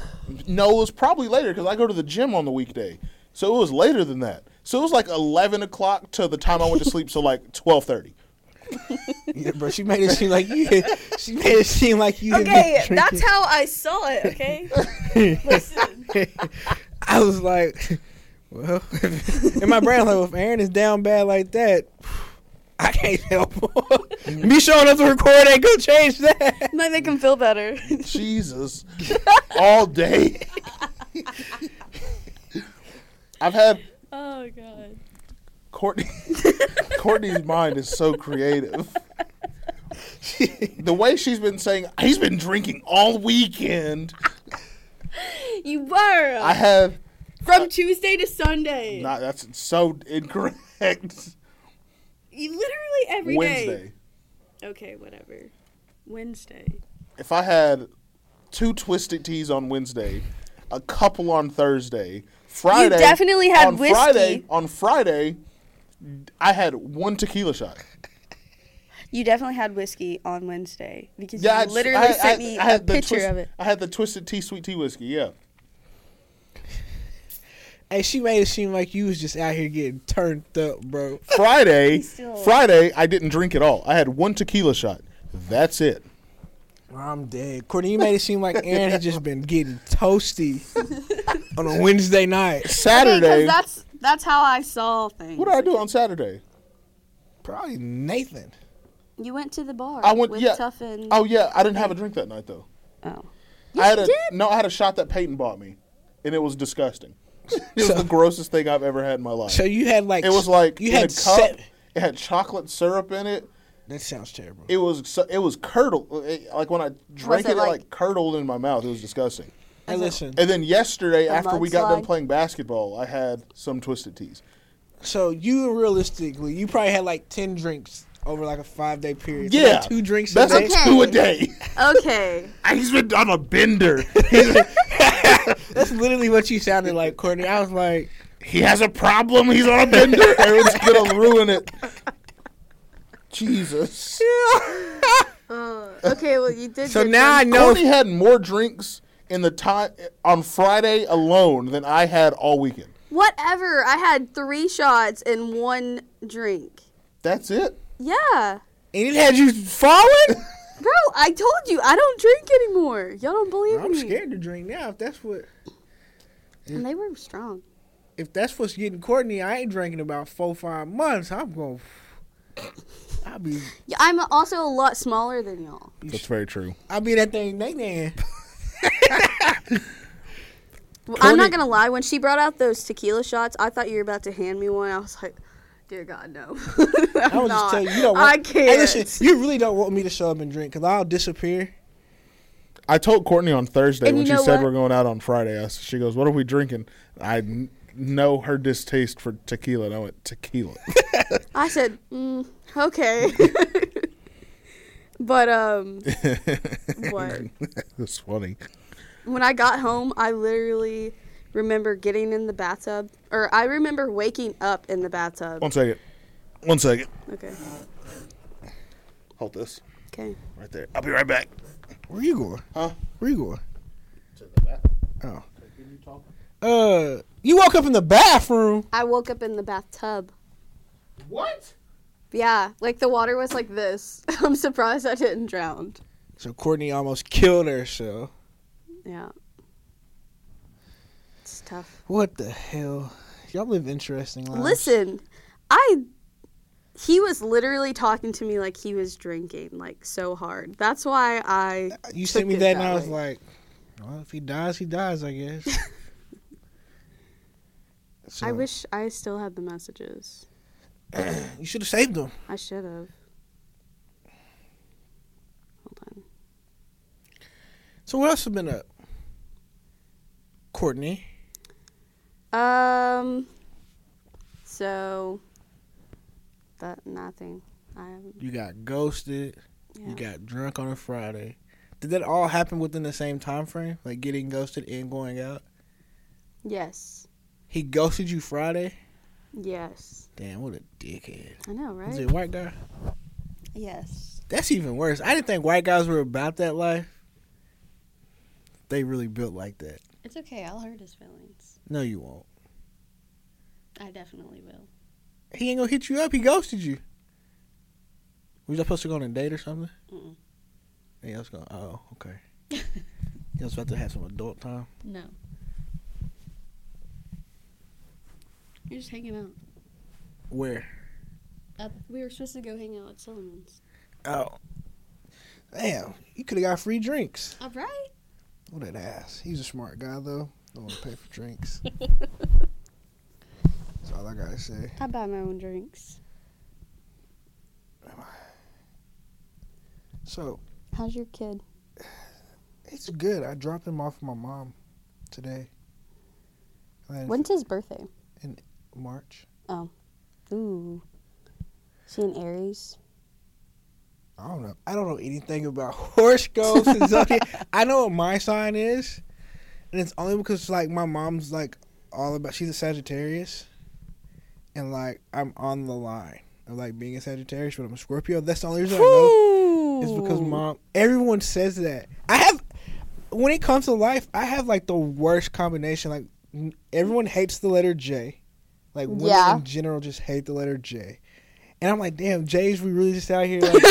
S1: No, it was probably later because I go to the gym on the weekday, so it was later than that. So it was like eleven o'clock to the time I went to sleep, so like twelve thirty.
S2: Yeah, bro. She made it seem like you. Had, she made it seem like you. had been
S5: Okay,
S2: drinking.
S3: That's how I saw it, okay? Listen.
S2: I was like, well, in my brain, I was like, well, if Aaron is down bad like that, I can't help him. Me showing up to record ain't gonna change that.
S3: Might make him feel better.
S1: Jesus, all day. I've had
S3: oh, God.
S1: Courtney. Courtney's mind is so creative. the way she's been saying, he's been drinking all weekend.
S3: You were.
S1: I have
S3: From Tuesday to Sunday.
S1: not. That's so incorrect.
S3: you literally every day.
S1: Wednesday.
S3: Okay, whatever. Wednesday.
S1: If I had two twisted teas on Wednesday, a couple on Thursday, Friday.
S3: definitely had
S1: on
S3: whiskey.
S1: Friday, on Friday, I had one tequila shot.
S3: You definitely had whiskey on Wednesday because
S1: Yeah, I
S3: you literally
S1: I-
S3: sent
S1: I-
S3: me
S1: I
S3: a
S1: had the
S3: picture
S1: twist-
S3: of it.
S1: I had the twisted tea sweet tea whiskey. Yeah,
S2: Hey, she made it seem like you was just out here getting turned up, bro.
S1: Friday,
S3: He's still-
S1: Friday, I didn't drink at all. I had one tequila shot. That's it.
S2: Bro, I'm dead. Courtney, you made it seem like Aaron had just been getting toasty on a Wednesday night.
S1: Saturday.
S3: that's that's how I saw things.
S1: what did I do on Saturday?
S2: Probably Nathan.
S3: You went to the bar.
S1: I went.
S3: with
S1: yeah.
S3: Tough and
S1: Oh yeah, I didn't have a drink that night though.
S3: oh.
S1: I had a
S3: did?
S1: no. I had a shot that Peyton bought me, and it was disgusting. It was
S2: So-
S1: the grossest thing I've ever had in my life.
S2: So you had like
S1: it was like
S2: you
S1: in
S2: had
S1: a cup.
S2: set.
S1: It had chocolate syrup in it.
S2: That sounds terrible.
S1: It was so, it was curdled. It- like when I drank it,
S3: it
S1: it
S3: like-
S1: like curdled in my mouth. It was disgusting.
S2: hey, listen.
S1: And then yesterday,
S3: A
S1: after we got done
S3: mudslide?
S1: playing basketball, I had some twisted teas.
S2: So you realistically, you probably had like ten drinks over like a five day period. So,
S1: Yeah,
S2: like, two drinks
S1: That's
S2: a day.
S1: a two a day.
S3: Okay.
S1: He's been on a bender.
S2: That's literally what you sounded like, Courtney. I was like,
S1: he has a problem. He's on a bender. Aaron's gonna ruin it. Jesus.
S3: Uh, okay. Well, you did.
S2: so
S3: get
S2: now I
S3: drunk.
S2: know.
S1: Courtney had more drinks in the time on Friday alone than I had all weekend.
S3: Whatever. I had three shots and one drink.
S1: That's it.
S3: Yeah,
S2: And it had you falling.
S3: bro. I told you I don't drink anymore. Y'all don't believe
S2: I'm
S3: me.
S2: scared to drink now. If that's what
S3: And they were strong.
S2: if that's what's getting Courtney, I ain't drinking about four five months. I'm gonna, I'll be,
S4: Yeah, I'm also a lot smaller than y'all.
S1: That's very true.
S2: I'll be that thing they then.
S4: Well, I'm
S2: Courtney-
S4: not gonna lie. When she brought out those tequila shots, I thought you were about to hand me one. I was like, "Dear God, no." I'm
S2: I was
S4: not.
S2: just telling you, you don't want.
S4: I can't.
S2: Hey, listen, you really don't want me to show up and drink because I'll disappear.
S1: I told Courtney on Thursday
S4: And
S1: when
S4: you
S1: she
S4: know
S1: said
S4: what?
S1: we're going out on Friday. I s she goes, "What are we drinking?" I kn- know her distaste for tequila. And I went tequila.
S4: I said, mm, "Okay." but um, what?
S1: That's funny.
S4: When I got home, I literally remember getting in the bathtub, or I remember waking up in the bathtub.
S1: One second. One second.
S4: Okay.
S1: Hold this
S4: Okay.
S1: right there. I'll be right back.
S2: Where you going?
S1: Huh?
S2: Where you going? To the bathroom. Oh. Uh, you woke up in the bathroom.
S4: I woke up in the bathtub.
S2: What?
S4: Yeah, like the water was like this. I'm surprised I didn't drown.
S2: So Courtney almost killed herself.
S4: Yeah. It's tough.
S2: What the hell? Y'all live interesting lives.
S4: Listen, I he was literally talking to me like he was drinking like so hard. That's why I
S2: you
S4: took
S2: sent me
S4: it
S2: that, and
S4: that
S2: I was
S4: way.
S2: like, well, if he dies, he dies, I guess.
S4: I
S2: So,
S4: wish I still had the messages.
S2: you should have saved him.
S4: I should have. Hold on.
S2: So what else have been up? Courtney.
S4: Um so that nothing. I haven't
S2: You got ghosted.
S4: Yeah.
S2: You got drunk on a Friday. Did that all happen within the same time frame? Like getting ghosted and going out?
S4: Yes.
S2: He ghosted you Friday?
S4: Yes.
S2: Damn, what a dickhead.
S4: I know,
S2: Is
S4: right?
S2: it a white guy?
S4: Yes.
S2: That's even worse. I didn't think white guys were about that life. They really built like that.
S4: It's okay. I'll hurt his feelings.
S2: No, you won't.
S4: I definitely will.
S2: He ain't gonna hit you up. He ghosted you. Was y'all supposed to go on a date or something?
S4: Mm-mm.
S2: Yeah, I was going. Oh, okay. you was about to have some adult time.
S4: No. You're just hanging out.
S2: Where?
S4: Up. We were supposed to go hang out at Solomon's.
S2: Oh, damn! You could have got free drinks.
S4: All right.
S2: What an ass. He's a smart guy though. Don't want to pay for drinks. That's all I gotta say.
S4: I buy my own drinks.
S2: So
S4: How's your kid?
S2: it's good. I dropped him off with my mom today. And then
S4: When's his birthday?
S2: March.
S4: Ooh. She an Aries?
S2: I don't know. I don't know anything about horoscopes and zodiac. I know what my sign is, and it's only because like my mom's like all about. She's a Sagittarius, and like I'm on the line of like being a Sagittarius, but I'm a Scorpio. That's the only reason I know. It's because mom. Everyone says that. I have. When it comes to life, I have like the worst combination. Like n- everyone hates the letter J. Like women
S4: Yeah.
S2: in general just hate the letter J. And I'm like, damn, J's we really just out here. Like,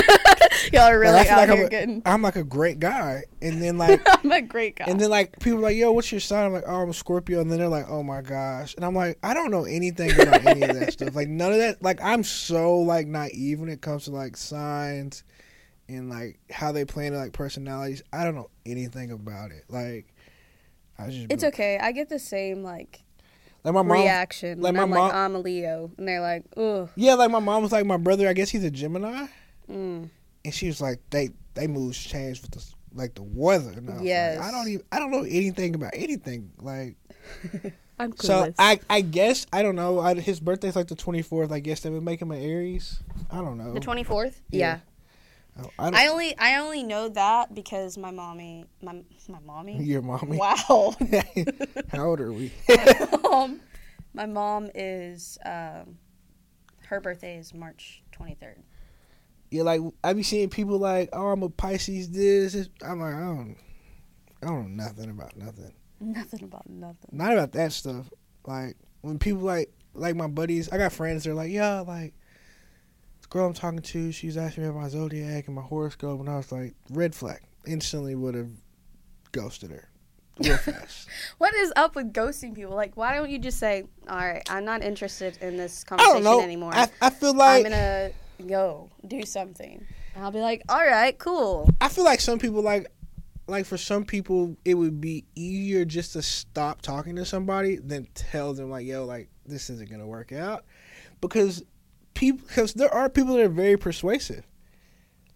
S4: Y'all are really
S2: like, I feel
S4: out
S2: like
S4: here
S2: I'm,
S4: getting.
S2: a, I'm like a great guy. And then like,
S4: I'm a great guy.
S2: and then like people are like, yo, what's your sign? I'm like, oh, I'm a Scorpio. And then they're like, oh my gosh. And I'm like, I don't know anything about any of that stuff. Like none of that. Like I'm so like naive when it comes to like signs and like how they play into like personalities. I don't know anything about it. Like I just
S4: it's okay. I get the same like
S2: like my mom.
S4: reaction.
S2: like,
S4: when
S2: my
S4: I'm
S2: mom-
S4: like I'm a Leo, and they're like, ugh.
S2: Yeah, like my mom was like my brother. I guess he's a Gemini,
S4: Mm.
S2: and she was like they they moves change with the s- like the weather. And I was like,
S4: Yes.
S2: I don't even I don't know anything about anything like.
S4: I'm
S2: So I I guess I don't know. I, his birthday's like the twenty fourth. I guess they would make him an Aries. I don't know.
S4: the 24th.
S2: Yeah.
S4: yeah.
S2: Oh, I don't,
S4: I only I only know that because my mommy my my mommy.
S2: your mommy.
S4: Wow.
S2: How old are we?
S4: um, my mom is um, her birthday is March 23rd.
S2: Yeah, like I be seeing people like, oh, I'm a Pisces. This, this. I'm like, I don't, I don't know nothing about nothing.
S4: Nothing about nothing.
S2: Not about that stuff. Like when people like like my buddies, I got friends. They're like, yeah, like this girl I'm talking to, she's asking me about my zodiac and my horoscope, and I was like, red flag. Instantly would have ghosted her. real fast.
S4: What is up with ghosting people? Like, why don't you just say, "All right, I'm not interested in this
S2: I don't
S4: conversation
S2: know.
S4: anymore.
S2: I, I feel like
S4: I'm gonna go do something." And I'll be like, "All right, cool."
S2: I feel like some people like like for some people it would be easier just to stop talking to somebody than tell them like yo like this isn't gonna work out because people because there are people that are very persuasive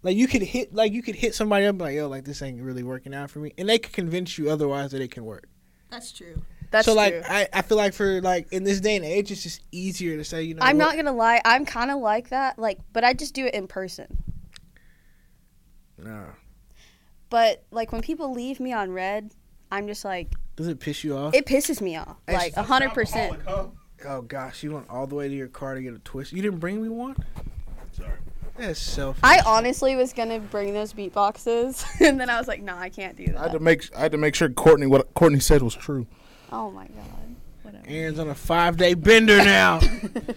S2: like you could hit like you could hit somebody up like yo like this ain't really working out for me and they could convince you otherwise that it can work
S3: That's true.
S4: That's
S2: so like
S4: true.
S2: I, I feel like for like in this day and age it's just easier to say you know
S4: I'm
S2: what-
S4: not gonna lie. I'm kind of like that. Like, but I just do it in person.
S2: Nah.
S4: But like when people leave me on red, I'm just like,
S2: does it piss you off
S4: it pisses me off.
S2: It's
S4: Like hundred percent.
S2: oh gosh you went all the way to your car to get a twist you didn't bring me one
S1: Sorry.
S2: that's selfish
S4: I honestly was gonna bring those beatboxes, and then I was like, "Nah, I can't do
S1: I had
S4: that."
S1: to make I had to make sure Courtney what Courtney said was true.
S4: Oh my god. Whatever.
S2: Aaron's on a five day bender now.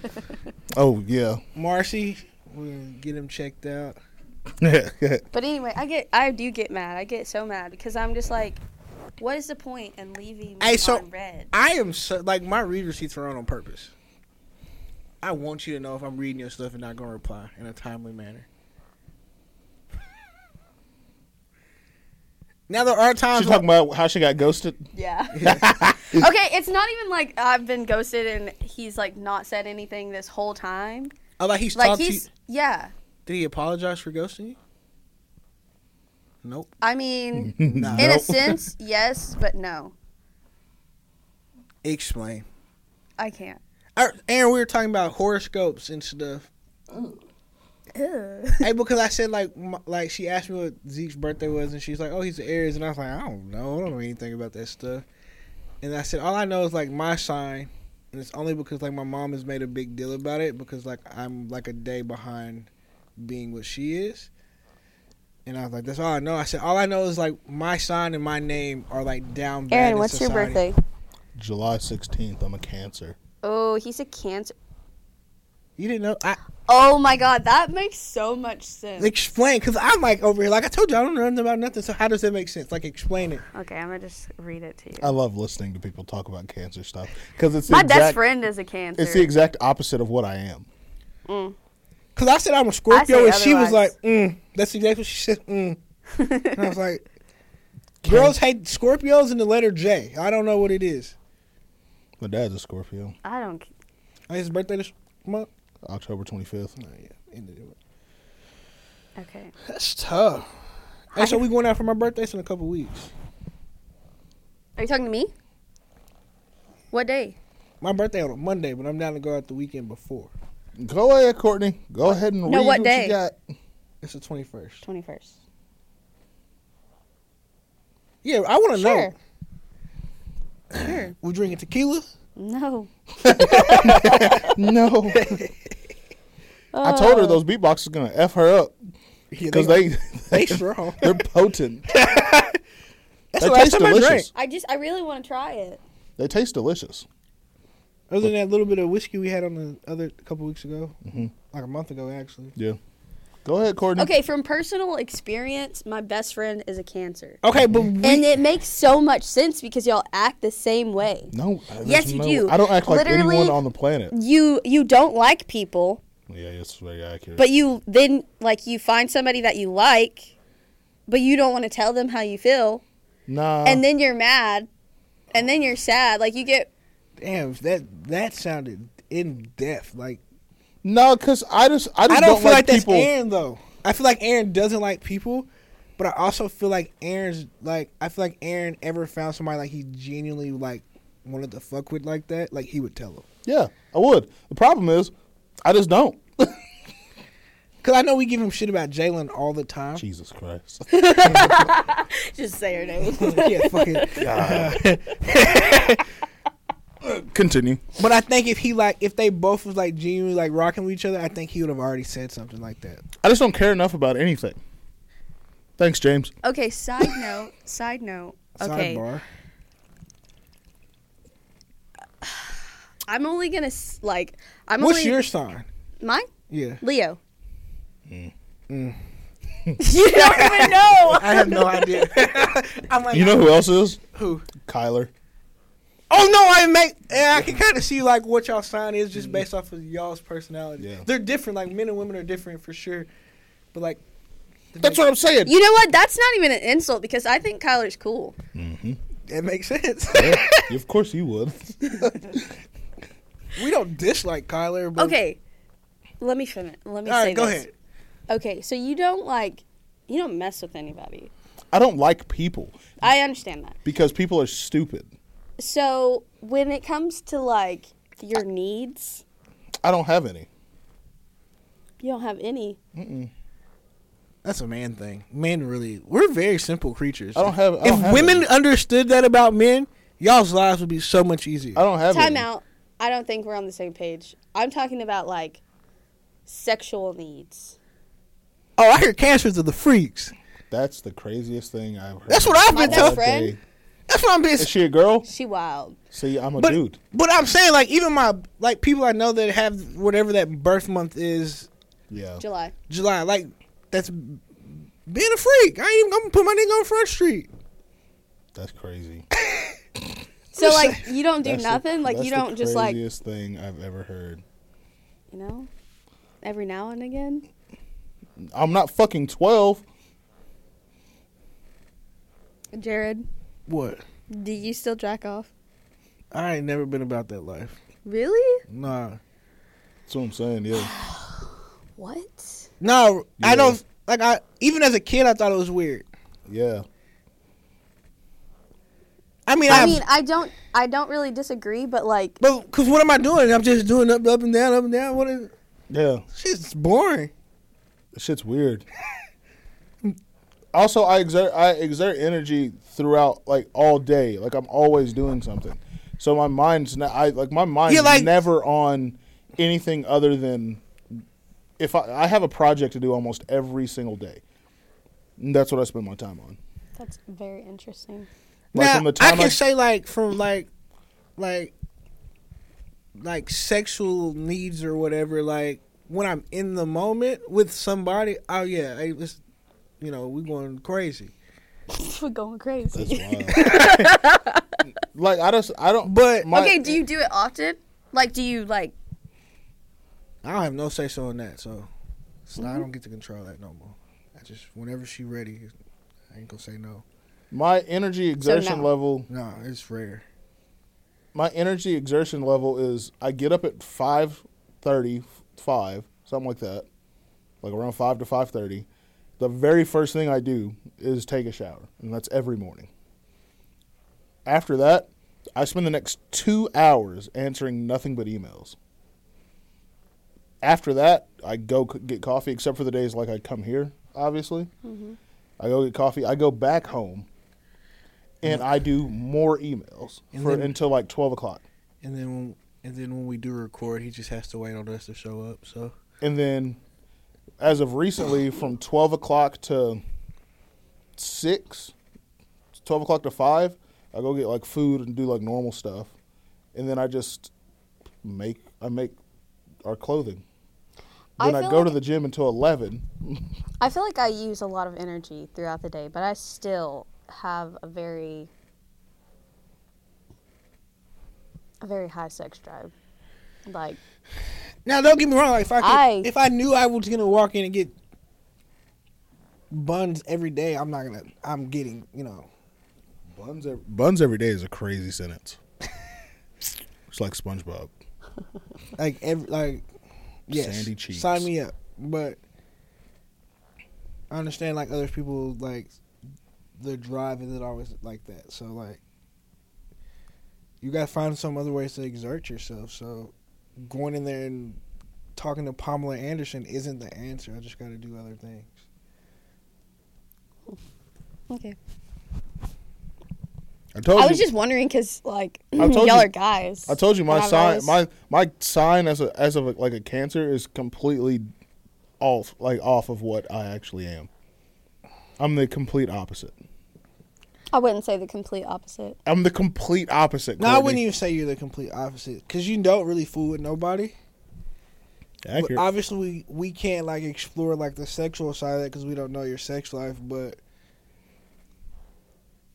S1: Oh yeah.
S2: Marcy, we're gonna get him checked out.
S4: But anyway, I get I do get mad. I get so mad because I'm just like, what is the point in leaving me
S2: Hey, so-
S4: on red?
S2: I am so like my read receipts are on on purpose. I want you to know if I'm reading your stuff and not gonna reply in a timely manner. now there are times
S1: She's
S2: like,
S1: talking about how she got ghosted.
S4: Yeah. okay, it's not even like I've been ghosted and he's like not said anything this whole time.
S2: oh, like he's
S4: Like
S2: talked
S4: he's
S2: to you.
S4: yeah.
S2: Did he apologize for ghosting you? Nope.
S4: I mean,
S2: Nah.
S4: in a sense, yes, but no.
S2: Explain.
S4: I can't.
S2: Uh, Aaron, we were talking about horoscopes and stuff. hey, because I said like m like she asked me what Zeke's birthday was, and she's like, "Oh, he's an Aries," and I was like, "I don't know, I don't know anything about that stuff." And I said, "All I know is like my sign, and it's only because like my mom has made a big deal about it because like I'm like a day behind being what she is." And I was like, "That's all I know." I said, "All I know is like my sign and my name are like down bad."
S4: Aaron,
S2: in
S4: what's your
S2: society."
S4: birthday?
S1: July sixteenth. I'm a Cancer.
S4: Oh, he's a cancer.
S2: You didn't know? I
S4: Oh my god, that makes so much sense.
S2: Explain, because I'm like over here. Like I told you, I don't know nothing about nothing. So how does that make sense? Like explain it.
S4: Okay, I'm gonna just read it to you.
S2: uh,
S1: I love listening to people talk about cancer stuff because it's the
S4: My
S1: exact,
S4: best friend is a cancer.
S1: It's the exact opposite of what I am.
S2: Because I said I'm a Scorpio,
S4: say
S2: and she was like,
S4: otherwise.
S2: mm. "That's exactly what she said." Mm. and I was like, "Girls hate Scorpios and the letter J. I don't know what it is."
S1: My dad's a Scorpio.
S4: I don't. c-
S2: Oh, his birthday this month.
S1: October twenty fifth.
S2: Oh, yeah, ended it.
S4: Okay.
S2: That's tough. And so we going out for my birthday it's in a couple weeks.
S4: Are you talking to me? What day?
S2: My birthday on a Monday, but I'm down to go out the weekend before.
S1: Go ahead, Courtney. Go ahead and
S4: No,
S1: read
S4: what
S1: what
S4: day?
S1: you got.
S2: It's the 21st.
S4: 21st.
S2: Yeah, I want to
S4: Sure.
S2: know. We drinking tequila?
S4: No.
S1: No. I told
S4: Oh.
S1: her those beatboxes gonna f her up
S2: Yeah,
S1: because they
S2: they strong.
S1: they're potent.
S2: That's
S1: they
S2: the last
S1: taste
S2: time I
S1: delicious.
S2: drank.
S4: I just, I really want to try it.
S1: They taste delicious.
S2: Other than that little bit of whiskey we had on the other a couple weeks ago,
S1: Mm-hmm.
S2: like a month ago actually.
S1: Yeah. Go ahead, Courtney.
S4: Okay, from personal experience, my best friend is a cancer.
S2: Okay, but we,
S4: And it makes so much sense because y'all act the same way.
S1: No. there's
S4: Yes, you
S1: no-
S4: do.
S1: I don't act like
S4: Literally-
S1: anyone on the planet.
S4: You you don't like people,
S1: Yeah, it's very accurate.
S4: but you then like you find somebody that you like, but you don't want to tell them how you feel,
S2: Uh.
S1: nah.
S4: and then you're mad, and then you're sad. Like you get
S2: damn that that sounded in depth. Like
S1: no, because I just I just
S2: I don't,
S1: don't,
S2: feel like,
S1: like,
S2: that's
S1: people.
S2: Aaron though. I feel like Aaron doesn't like people, but I also feel like Aaron's like I feel like Aaron ever found somebody like he genuinely like wanted to fuck with like that, like he would tell him.
S1: Yeah, I would. The problem is, I just don't.
S2: Cause I know we give him shit about Jalen all the time.
S1: Jesus Christ.
S4: just say her name.
S2: yeah, fucking.
S1: Continue.
S2: But I think if he like if they both was like genuinely like rocking with each other, I think he would have already said something like that.
S1: I just don't care enough about anything. Thanks, James.
S4: Okay, side note, side note. Okay.
S2: Sidebar.
S4: I'm only going to like I'm
S2: What's
S4: only
S2: your sign?
S4: mine?
S2: Yeah.
S4: Leo.
S2: Mm.
S4: you don't even know.
S2: I have no idea. I'm like,
S1: You know who else is?
S2: Who?
S1: Kyler.
S2: Oh no, I make. And I can kind of see like what y'all sign is just based off of y'all's personality.
S1: Yeah.
S2: They're different. Like men and women are different for sure. But like,
S1: That's what I'm saying.
S4: You know what? That's not even an insult because I think Kyler's cool.
S2: it makes sense.
S1: Yeah, of course you would.
S2: we don't dislike Kyler. But
S4: Okay, let me finish. Let me
S2: All right,
S4: say
S2: go
S4: this.
S2: ahead.
S4: Okay, so you don't like, you don't mess with anybody.
S1: I don't like people
S4: I understand that.
S1: because people are stupid.
S4: So when it comes to like your needs,
S1: I don't have any.
S4: you don't have any.
S2: That's a man thing. Men really, we're very simple creatures.
S1: I don't have- I don't
S2: if
S1: have
S2: women
S1: any.
S2: understood that about men, y'all's lives would be so much easier.
S1: I don't have any.
S4: Time out. I don't think we're on the same page. I'm talking about like sexual needs.
S2: Oh, I hear cancers are the freaks.
S1: That's the craziest thing I've heard.
S2: That's what I've
S4: My
S2: been
S4: best
S1: all
S2: told.
S4: friend?
S1: day.
S2: That's what I'm being.
S1: Is she a girl?
S4: She wild.
S1: See, I'm a
S2: But,
S1: dude.
S2: but I'm saying like even my like people I know that have whatever that birth month is,
S1: Yeah.
S4: July.
S2: July. Like that's being a freak. I ain't even gonna put my nigga on front street.
S1: That's crazy.
S4: So like you don't do
S1: That's the-
S4: nothing. like
S1: that's
S4: you
S1: the
S4: don't just like you
S1: craziest thing I've ever heard.
S4: know. Every now and again.
S1: I'm not fucking 12.
S4: Jared,
S2: What?
S4: do you still jack off?
S2: I ain't never been about that life.
S4: Really?
S2: Nah,
S1: That's what I'm saying. Yeah.
S4: What?
S2: no,
S1: Yeah.
S2: I don't. Like I even as a kid, I thought it was weird.
S1: Yeah.
S2: I mean,
S4: I
S2: I,
S4: mean, I don't I don't really disagree, but like
S2: but cause what am I doing? I'm just doing up, up and down, up and down. What is?
S1: Yeah.
S2: Shit's boring.
S1: That shit's weird. also, I exert I exert energy throughout like all day. Like I'm always doing something. So my mind's not, I like my mind's
S2: Yeah, like-
S1: never on anything other than if I, I have a project to do almost every single day. And that's what I spend my time on.
S4: that's very interesting.
S1: Like
S2: now,
S1: from the
S2: I
S1: time
S2: can
S1: I-
S2: say like from like like like sexual needs or whatever like when I'm in the moment with somebody oh yeah hey, let's you know we going crazy
S4: We're going crazy.
S1: That's wild. like I just I don't.
S2: But-
S1: my,
S4: okay, do you do it often? Like do you like
S2: I don't have no say so in that so, so I don't get to control that no more I just whenever she ready I ain't gonna say no
S1: my energy exertion
S4: no.
S1: level
S2: no it's rare
S1: my energy exertion level is I get up at 5.30, 5, something like that, like around 5 to 5.30. The very first thing I do is take a shower, and that's every morning. After that, I spend the next two hours answering nothing but emails. After that, I go c- get coffee, except for the days like I come here, obviously. I go get coffee. I go back home, and I do more emails
S2: And
S1: for
S2: then-
S1: until like 12 o'clock.
S2: and then when, and then when we do record he just has to wait on us to show up so
S1: And then, as of recently, from 12 o'clock to 6, 12 o'clock to 5, I go get like food and do like normal stuff. And then I just make, I make our clothing.
S4: I
S1: Then I,
S4: feel
S1: go to
S4: like-
S1: the gym until 11.
S4: I feel like I use a lot of energy throughout the day, but I still have a very a very high sex drive. Like
S2: Now, don't get me wrong. Like, if I, could,
S4: I-
S2: if I knew I was gonna walk in and get buns every day, I'm not gonna. I'm getting, you know.
S1: Buns, ev- buns every day is a crazy sentence. it's like SpongeBob.
S2: like every like yes,
S1: Sandy cheeks.
S2: sign me up. But I understand like other people like their drive isn't always like that. So like you gotta find some other ways to exert yourself. So going in there and talking to Pamela Anderson isn't the answer. I just gotta do other things.
S4: okay.
S1: I told
S4: I
S1: you.
S4: was just wondering cuz like
S1: I told
S4: y'all
S1: you-
S4: are guys.
S1: I told you my
S4: and I've
S1: sign
S4: always-
S1: my my sign as a as of like a cancer is completely off like off of what I actually am. I'm the complete opposite.
S4: I wouldn't say the complete opposite.
S1: I'm the complete opposite.
S2: No, I wouldn't
S1: Courtney.
S2: even say you're the complete opposite because you don't really fool with nobody. But
S1: Accurate.
S2: obviously, we, we can't like explore like the sexual side of that because we don't know your sex life. But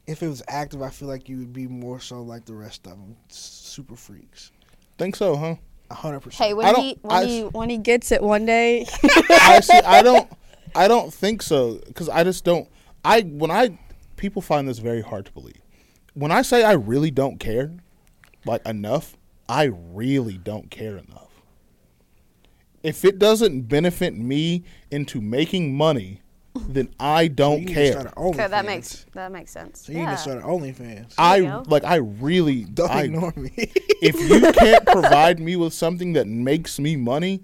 S2: if it was active, I feel like you would be more so like the rest of them, super freaks.
S1: Think so, huh?
S2: A hundred percent.
S4: Hey,
S1: I
S4: when
S1: don't-
S4: he when
S1: I-
S4: he when he gets it one day,
S1: I see, I don't I don't think so because I just don't I when I people find this very hard to believe. When I say I really don't care, like enough, I really don't care enough. If it doesn't benefit me into making money, then I don't care.
S4: okay, that makes that makes sense.
S2: So you need
S4: yeah.
S2: to start an OnlyFans.
S4: you
S1: I
S4: go.
S1: like I really
S2: Don't
S1: I,
S2: ignore me.
S1: if you can't provide me with something that makes me money,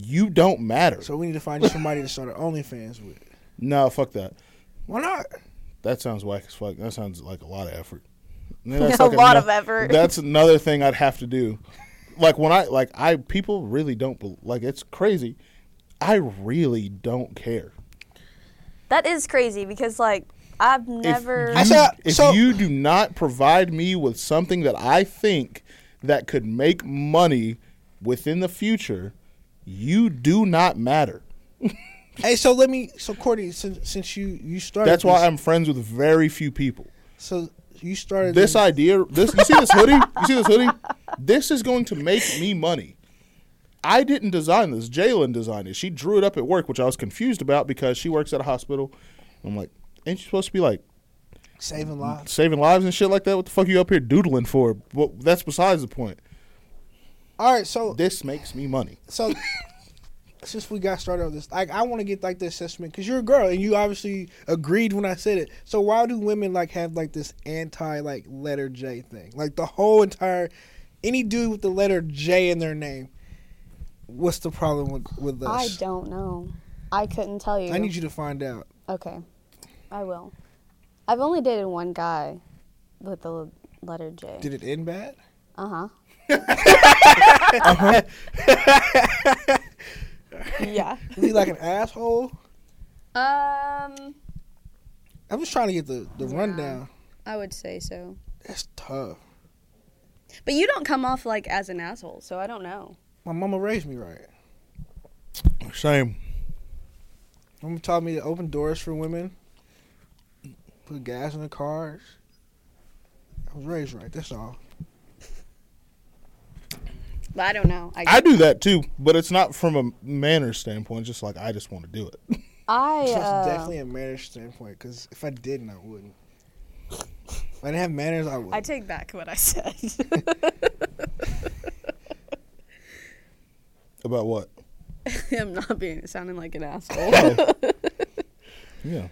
S1: you don't matter.
S2: so we need to find you somebody to start an OnlyFans with.
S1: no, fuck that.
S2: Why not?
S1: That sounds whack as fuck. That sounds like a lot of effort. And then
S4: A lot
S1: ano-
S4: of effort.
S1: That's another thing I'd have to do. Like when I like I people really don't bel- like it's crazy. I really don't care.
S4: that is crazy because like I've never.
S1: If you,
S2: I said-
S1: if
S2: so-
S1: you do not provide me with something that I think that could make money within the future, you do not matter.
S2: Hey, so let me. So Courtney, since since you you started,
S1: That's why
S2: this-
S1: I'm friends with very few people.
S2: So you started
S1: This
S2: This,
S1: idea, this you see this hoodie? You see this hoodie? This is going to make me money. I didn't design this. Jalen designed it. She drew it up at work, which I was confused about because she works at a hospital. I'm like, ain't you supposed to be like
S2: saving lives.
S1: saving lives and shit like that? What the fuck you up here doodling for? Well, that's besides the point.
S2: All right, so
S1: This makes me money.
S2: so since we got started on this, like I want to get like the assessment because you're a girl and you obviously agreed when I said it. So why do women like have like this anti like letter J thing? Like the whole entire any dude with the letter J in their name. What's the problem with with us?
S4: I don't know. I couldn't tell you.
S2: I need you to find out.
S4: Okay, I will. I've only dated one guy with the l- letter J.
S2: Did it end bad?
S4: Uh huh. yeah.
S2: Is he like an asshole?
S4: Um,
S2: I'm just trying to get the the rundown.
S4: I would say so.
S2: That's tough.
S4: But you don't come off like as an asshole, so I don't know.
S2: My mama raised me right.
S1: Same.
S2: Mama taught me to open doors for women, put gas in the cars. I was raised right. That's all.
S4: But I don't know. I
S1: I do that too, but it's not from a manner standpoint. Just like I just want to do it.
S4: I
S2: So
S4: uh,
S2: it's definitely a manners standpoint. Because if I didn't, I wouldn't. If I didn't have manners, I would.
S4: I
S2: not
S4: take back what I said.
S1: About what?
S4: I'm not being sounding like an asshole.
S1: Yeah.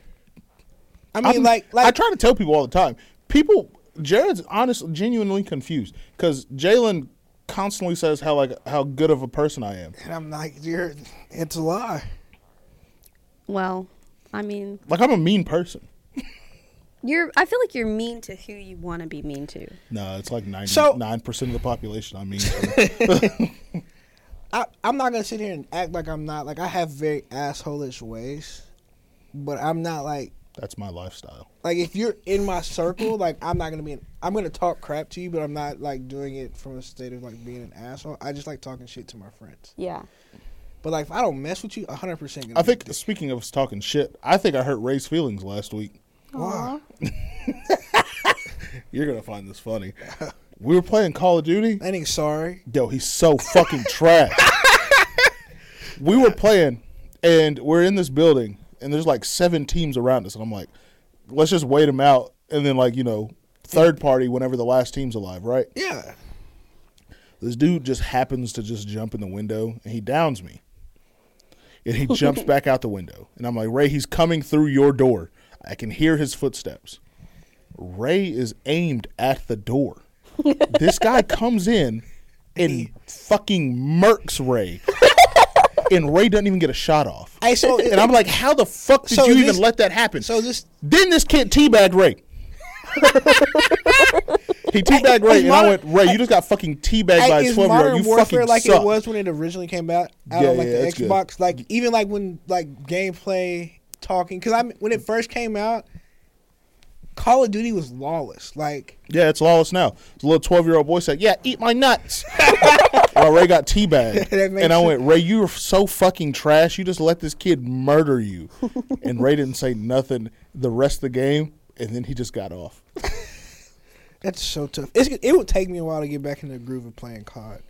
S2: I mean,
S1: I'm-
S2: like,
S1: I
S2: like
S1: try to tell people all the time. People, Jared's honestly, genuinely confused because Jalen constantly says how like how good of a person I am.
S2: and I'm like, you're. It's a lie.
S4: well, I mean,
S1: Like I'm a mean person.
S4: you're. I feel like you're mean to who you want to be mean to.
S1: No, it's like ninety
S2: So-
S1: nine percent of the population. I mean, to.
S2: I, I'm not gonna sit here and act like I'm not. Like I have very assholish ways, but I'm not like
S1: that's my lifestyle.
S2: like if you're in my circle, like I'm not gonna be. An, I'm gonna talk crap to you, but I'm not like doing it from a state of like being an asshole. I just like talking shit to my friends.
S4: Yeah.
S2: But like if I don't mess with you, 100 percent.
S1: I think speaking of us talking shit, I think I hurt Ray's feelings last week.
S2: Wow.
S1: You're gonna find this funny. We were playing Call of Duty.
S2: That ain't sorry.
S1: Yo, he's so fucking trash. we were playing, and we're in this building, and there's like seven teams around us, and I'm like, let's just wait them out, and then like you know, third party whenever the last team's alive, right?
S2: Yeah.
S1: This dude just happens to just jump in the window, and he downs me, and he jumps back out the window, and I'm like, Ray, he's coming through your door. I can hear his footsteps. Ray is aimed at the door. this guy comes in and fucking murks Ray. and Ray doesn't even get a shot off.
S2: Hey, so
S1: And I'm like, how the fuck did
S2: So
S1: you
S2: this-
S1: even let that happen?
S2: so this
S1: then this kid teabagged Ray. he teabagged Ray, and I
S2: modern-
S1: went, Ray, you just got fucking teabagged
S2: hey,
S1: by a
S2: is
S1: 12 year old.
S2: modern
S1: You
S2: warfare
S1: fucking
S2: like
S1: suck.
S2: it was when it originally came out, out
S1: Yeah,
S2: on like
S1: yeah,
S2: the
S1: that's good.
S2: Xbox? Like even like when like gameplay talking because I mean, when it first came out, Call of Duty was lawless. Like
S1: Yeah, it's lawless now. The little 12 year old boy said, Yeah, eat my nuts. While Ray got teabagged.
S2: That makes
S1: And I went, Ray, you're so fucking trash. You just let this kid murder you. and Ray didn't say nothing the rest of the game and then he just got off.
S2: That's so tough. It's, it would take me a while to get back in the groove of playing COD,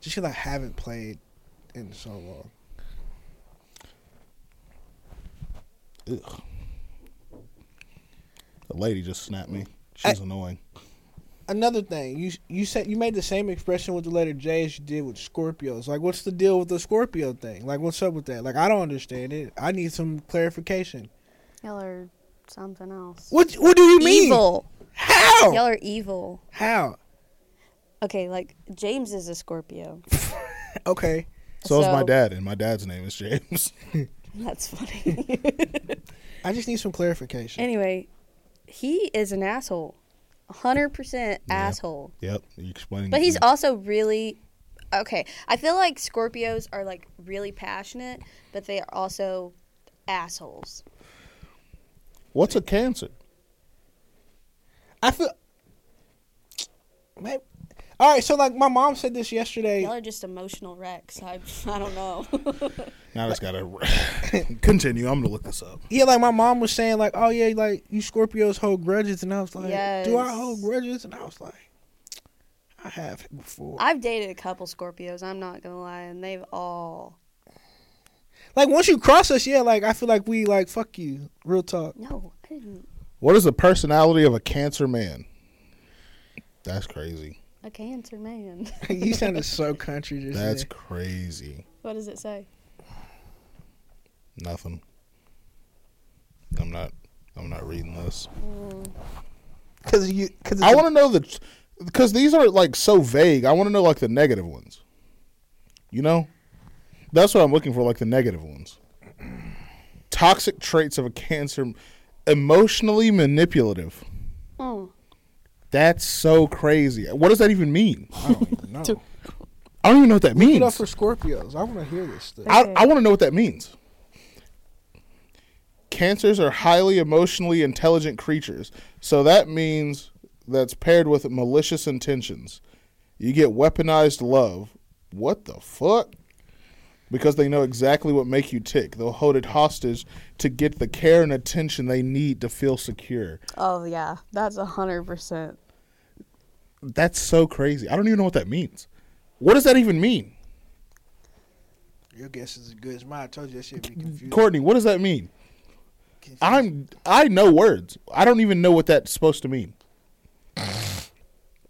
S2: just because I haven't played in so long.
S1: Ugh. The lady just snapped me. She's annoying.
S2: Another thing, you you said you made the same expression with the letter J as you did with Scorpios. Like, what's the deal with the Scorpio thing? Like, what's up with that? Like, I don't understand it. I need some clarification.
S4: Y'all are something else.
S2: What What do you mean?
S4: Evil.
S2: How?
S4: Y'all are evil.
S2: How?
S4: Okay, like James is a Scorpio.
S2: Okay.
S1: So, is my
S4: So-
S1: dad, and my dad's name is James.
S4: That's funny.
S2: I just need some clarification.
S4: anyway, he is an asshole. 100% asshole.
S1: yep, you explaining.
S4: But
S1: it
S4: he's
S1: to me.
S4: also really okay. I feel like Scorpios are like really passionate, but they are also assholes.
S1: What's a cancer?
S2: I feel. Maybe. All right. So, like, my mom said this yesterday.
S4: Y'all are just emotional wrecks. I, I don't know.
S1: Now I just gotta continue. I'm gonna look this up.
S2: Yeah, like my mom was saying, like, oh yeah, like you Scorpios hold grudges, and I was like, do I
S4: Yes.
S2: hold grudges? And I was like, I have before.
S4: I've dated a couple Scorpios. I'm not gonna lie, and they've all
S2: like once you cross us, yeah, like I feel like we like fuck you, real talk.
S4: no. I didn't.
S1: What is the personality of a cancer man? That's crazy.
S4: A cancer man.
S2: you sounded so country just
S1: That's
S2: That's
S1: crazy.
S4: what does it say?
S1: Nothing. I'm not. I'm not reading this.
S2: because you because
S1: I want to know the, because these are like so vague. I want to know like the negative ones. You know, that's what I'm looking for. Like the negative ones. Toxic traits of a cancer, emotionally manipulative.
S4: Oh,
S1: That's so crazy. What does that even mean?
S2: I don't even know.
S1: I don't even know what that
S2: Get up
S1: means.
S2: for Scorpios. I want to hear this stuff.
S1: I, I want to know what that means. Cancers are highly emotionally intelligent creatures. So that means that's paired with malicious intentions. You get weaponized love. What the fuck? Because they know exactly what make you tick. They'll hold it hostage to get the care and attention they need to feel secure.
S4: oh yeah, that's a hundred percent.
S1: That's so crazy. I don't even know what that means. What does that even mean?
S2: Your guess is as good as mine. I told you that shit be confused.
S1: Courtney, what does that mean? I'm I know words. I don't even know what that's supposed to mean.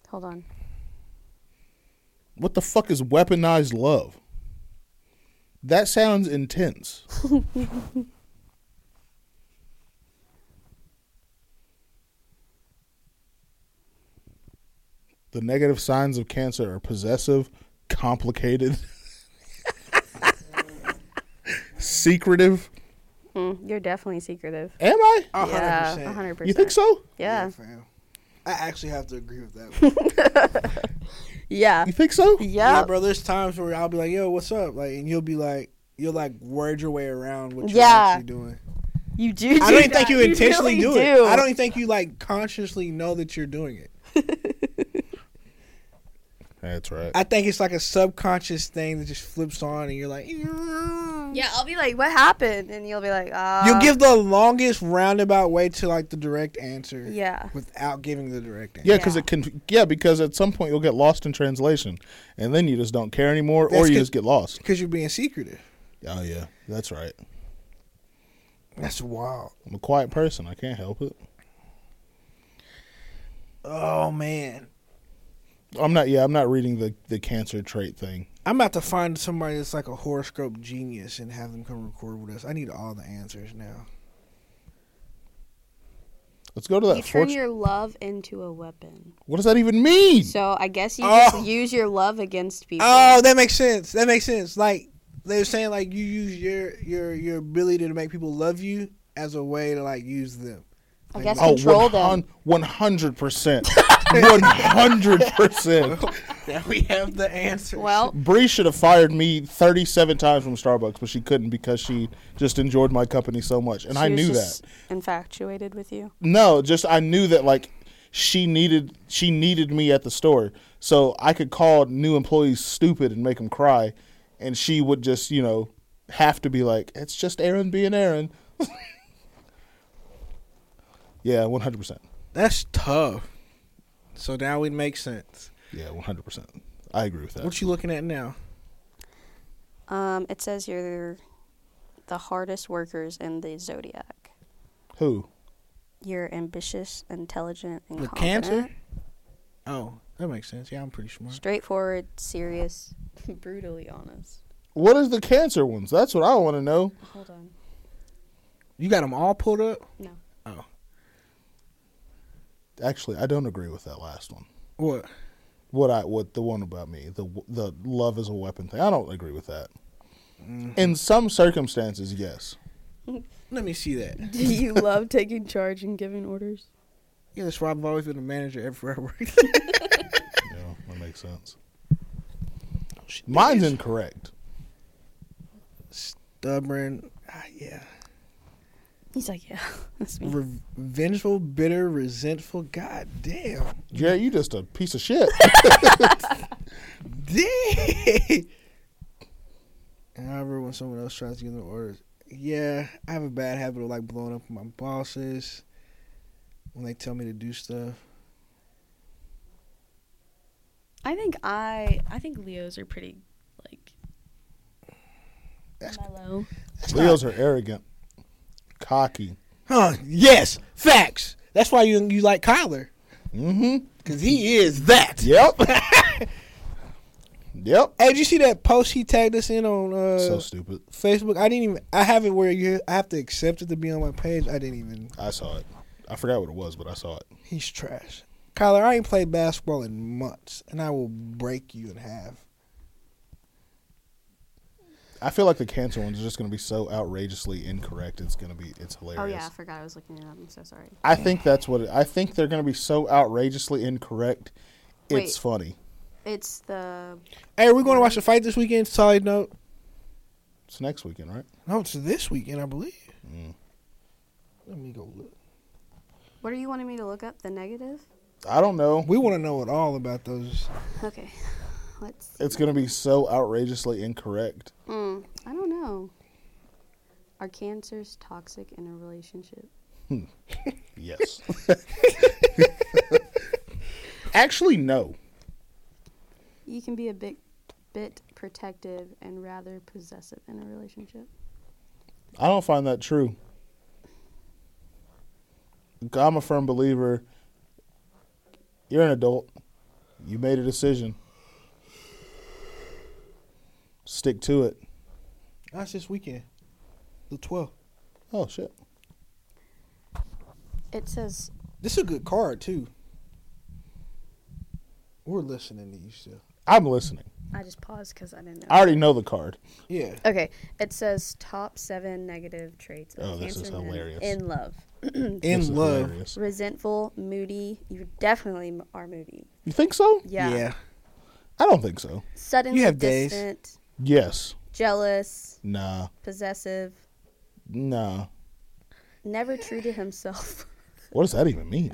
S4: Hold on.
S1: What the fuck is weaponized love? That sounds intense. the negative signs of cancer are possessive, complicated, secretive.
S4: Mm, you're definitely secretive.
S1: Am I?
S2: A hundred
S4: Yeah, a
S2: percent.
S4: hundred percent.
S1: You think so?
S4: Yeah.
S2: fam. I actually have to agree with that. One.
S4: Yeah.
S1: You think so?
S2: yeah,
S4: Yeah.
S2: bro. There's times where I'll be like, "Yo, what's up?" Like, and you'll be like, "You'll like word your way around what you're
S4: Yeah.
S2: actually doing."
S4: You do.
S2: I
S4: do
S2: don't even think
S4: that.
S2: you intentionally
S4: really
S2: do, it.
S4: do.
S2: I don't even think you like consciously know that you're doing it.
S1: That's right.
S2: I think it's like a subconscious thing that just flips on, and you're like,
S4: Yeah, I'll be like, "What happened?" And you'll be like, "Ah."
S2: You'll give the longest roundabout way to like the direct answer,
S4: Yeah.
S2: without giving the direct answer.
S1: Yeah, because
S4: Yeah.
S1: it can. Yeah, because at some point you'll get lost in translation, and then you just don't care anymore, or
S2: That's
S1: you
S2: good.
S1: just get lost.
S2: because you're being secretive.
S1: Oh yeah, that's right.
S2: That's wild.
S1: I'm a quiet person. I can't help it.
S2: Oh man,
S1: I'm not. Yeah, I'm not reading the the cancer trait thing.
S2: I'm about to find somebody that's like a horoscope genius and have them come record with us. I need all the answers now.
S1: Let's go to that.
S4: You turn
S1: fortune-
S4: your love into a weapon.
S1: what does that even mean?
S4: So I guess you
S2: Hmm. Oh.
S4: just use your love against people.
S2: Oh, that makes sense. That makes sense. Like they're saying, like you use your your your ability to make people love you as a way to like use them.
S4: I guess
S1: Oh,
S4: control them.
S1: One hundred percent. One hundred percent.
S2: Now we have the answer.
S4: Well,
S1: Bree should have fired me thirty-seven times from Starbucks, but she couldn't because she just enjoyed my company so much, and I
S4: she was
S1: knew that.
S4: just Infatuated with you.
S1: No, just I knew that like she needed she needed me at the store, so I could call new employees stupid and make them cry, and she would just you know have to be like, it's just Aaron being Aaron. Yeah, one hundred percent.
S2: That's tough. So now it makes sense.
S1: Yeah, one hundred percent. I agree with that.
S2: What you looking at now?
S4: Um, it says you're the hardest workers in the zodiac.
S1: Who?
S4: You're ambitious, intelligent, and
S2: With
S4: confident.
S2: cancer? Oh, that makes sense. Yeah, I'm pretty smart.
S4: Straightforward, serious, brutally honest.
S1: What is the cancer ones? That's what I want to know.
S4: Hold on.
S2: You got them all pulled up?
S1: Actually, I don't agree with that last one.
S2: What?
S1: What I what the one about me the the love is a weapon thing. I don't agree with that. In some circumstances, yes.
S2: Let me see that.
S4: Do you love taking charge and giving orders?
S2: Yeah, that's why I've always been a manager everywhere I worked.
S1: Yeah, that makes sense. Mine's incorrect.
S2: Stubborn. Ah, yeah.
S4: He's like, yeah, that's me.
S2: Re- vengeful, bitter, resentful. God damn.
S1: Jared, you just a piece of shit.
S2: Dang. And however, when someone else tries to give them orders, yeah, I have a bad habit of like blowing up my bosses when they tell me to do stuff.
S4: I think I, I think Leos are pretty, like,
S2: That's-
S4: mellow.
S1: Leos are arrogant, cocky.
S2: Huh? Yes. Facts. That's why you you like Kyler
S1: Mm-hmm.
S2: because he is that.
S1: Yep. yep.
S2: Hey, did you see that post he tagged us in on uh,
S1: so stupid.
S2: Facebook? I didn't even. I have it where you I have to accept it to be on my page. I didn't even.
S1: I saw it. I forgot what it was, but I saw it.
S2: He's trash. Kyler, I ain't played basketball in months, and I will break you in half.
S1: I feel like the cancer ones are just going to be so outrageously incorrect. It's going to be it's hilarious.
S4: Oh yeah, I forgot I was looking it up. I'm so sorry.
S1: I think that's what it, I think they're going to be so outrageously incorrect. It's
S4: Wait.
S1: funny.
S4: It's the
S2: Hey, are we going to watch the fight this weekend? Side note.
S1: It's next weekend, right?
S2: No, it's this weekend, I believe.
S1: Mm.
S2: Let me go look.
S4: what are you wanting me to look up? The negative?
S1: I don't know.
S2: We want to know it all about those.
S4: Okay, let's. see.
S1: It's going to be so outrageously incorrect.
S4: Mm, I don't know. Are cancers toxic in a relationship?
S1: Yes. Actually, no.
S4: You can be a bit bit protective and rather possessive in a relationship.
S1: I don't find that true. I'm a firm believer. You're an adult. You made a decision. Stick to it.
S2: That's this weekend, the 12th.
S1: Oh shit.
S4: It says
S2: This is a good card too. We're listening to you still.
S1: I'm listening.
S4: I just paused because I didn't know.
S1: I already know the card.
S2: Yeah.
S4: Okay, it says top seven negative traits of
S1: Oh, this
S4: cancer
S1: is
S4: men
S1: hilarious.
S4: in love.
S1: This is
S2: In love.
S1: hilarious.
S4: Resentful, moody. You definitely m- are moody.
S1: You think so?
S4: Yeah.
S1: I don't think so.
S4: Suddenly
S2: You have days.
S4: distant.
S1: Yes.
S4: Jealous,
S1: Nah.
S4: possessive,
S1: Nah.
S4: never true to himself.
S1: What does that even mean?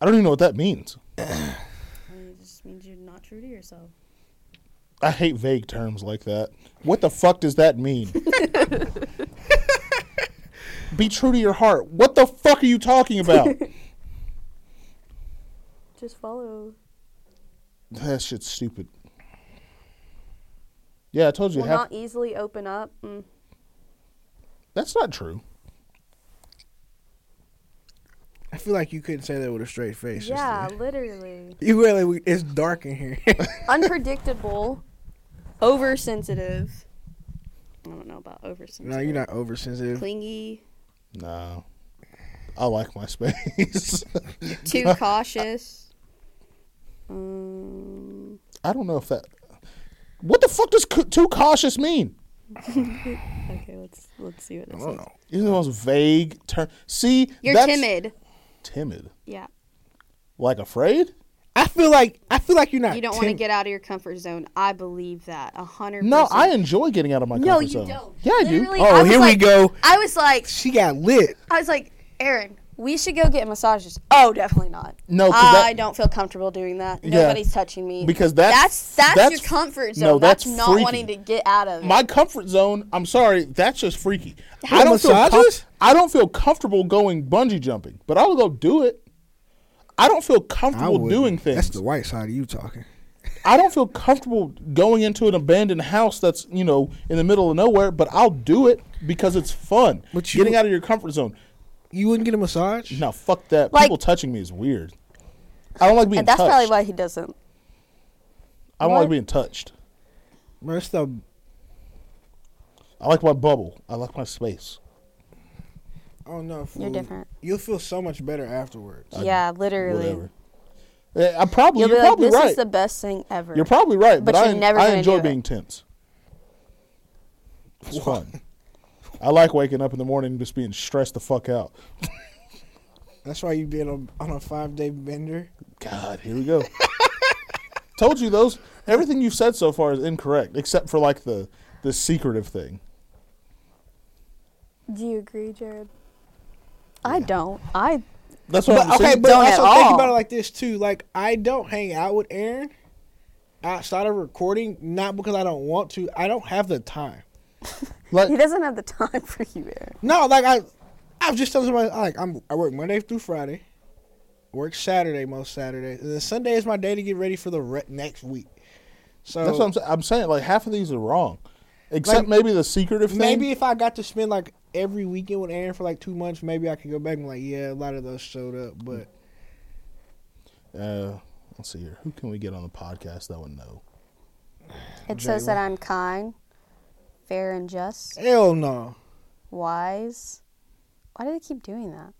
S1: I don't even know what that means.
S4: I mean, it just means you're not true to yourself.
S1: I hate vague terms like that. What the fuck does that mean? Be true to your heart. What the fuck are you talking about?
S4: Just follow.
S1: that shit's stupid. Yeah, I told you.
S4: Will
S1: half-
S4: not easily open up. Mm.
S1: that's not true.
S2: I feel like you couldn't say that with a straight face. sister.
S4: Yeah, literally.
S2: You really. It's dark in here.
S4: Unpredictable, oversensitive. I don't know about oversensitive.
S2: no, you're not oversensitive.
S4: Clingy,
S1: No. I like my space.
S4: too cautious. Um,
S1: I don't know if that. What the fuck does c- too cautious mean?
S4: okay, let's let's see what
S2: I
S4: this
S2: don't
S4: is.
S2: know.
S1: You're the most vague term. See,
S4: You're
S1: that's-
S4: timid.
S1: Timid,
S4: Yeah,
S1: like afraid?
S2: I feel like I feel like you're not.
S4: you don't want to
S2: tim-
S4: get out of your comfort zone. I believe that a hundred.
S1: No,
S4: percent.
S1: I enjoy getting out of my comfort
S4: No, you
S1: zone.
S4: don't.
S1: Yeah, I do.
S4: Literally,
S2: Oh,
S4: I was
S2: here we
S4: like-
S2: go.
S4: I was like,
S2: She got lit.
S4: I was like, Aaron, We should go get massages. Oh, definitely not.
S1: No, 'cause
S4: I
S1: that-
S4: don't feel comfortable doing that.
S1: Yeah.
S4: Nobody's touching me.
S1: Because that's-
S4: that's that's,
S1: that's-
S4: your comfort zone.
S1: no,
S4: that's,
S1: that's
S4: not
S1: freaky.
S4: wanting to get out of it.
S1: My comfort zone. I'm sorry, that's just freaky. I
S2: With
S1: don't feel.
S2: massages?
S1: I don't feel comfortable going bungee jumping, but I will go do it. I don't feel comfortable
S2: wouldn't.
S1: doing things.
S2: That's the white side of you talking.
S1: I don't feel comfortable going into an abandoned house that's you know in the middle of nowhere, but I'll do it because it's fun.
S2: But you-
S1: Getting out of your comfort zone.
S2: You wouldn't get a massage?
S1: No, fuck that.
S4: Like-
S1: People touching me is weird. I don't like being
S4: and that's
S1: touched.
S4: probably why he doesn't.
S1: I don't like
S4: What?
S1: being touched.
S2: Bro, it's the
S1: I like my bubble. I like my space.
S2: oh no.
S4: You're different.
S2: You'll feel so much better afterwards.
S4: yeah, literally.
S1: Whatever. Eh, I probably
S4: You'll
S1: you're
S4: be like,
S1: probably
S4: this
S1: right.
S4: is the best thing ever.
S1: You're probably right, but,
S4: But
S1: I,
S4: you're never
S1: I
S4: gonna
S1: enjoy
S4: do it.
S1: being tense. It's fun. I like waking up in the morning and just being stressed the fuck out.
S2: That's why you been on, on a five day bender.
S1: God, here we go. Told you those everything you've said so far is incorrect, except for like the the secretive thing.
S3: Do you agree, Jared?
S4: I don't. I
S1: That's what I'm
S2: but, okay,
S1: saying.
S2: but
S4: Don't at
S2: also think
S4: all.
S2: about it like this too. Like I don't hang out with Aaron outside of recording, not because I don't want to. I don't have the time.
S1: Like,
S4: he doesn't have the time for you, Aaron.
S2: No, like I, I was just telling somebody like I'm. I work Monday through Friday, work Saturday most Saturdays, and then Sunday is my day to get ready for the re- next week. So
S1: that's what I'm saying. I'm saying like half of these are wrong, except
S2: Like,
S1: maybe the secretive thing.
S2: maybe if I got to spend like every weekend with Aaron for like two months, maybe I could go back and be like, yeah, a lot of those showed up, but
S1: Uh, let's see here. Who can we get on the podcast that would know?
S4: It says that I'm kind, fair and just,
S2: hell no.
S4: wise. Why do they keep doing that?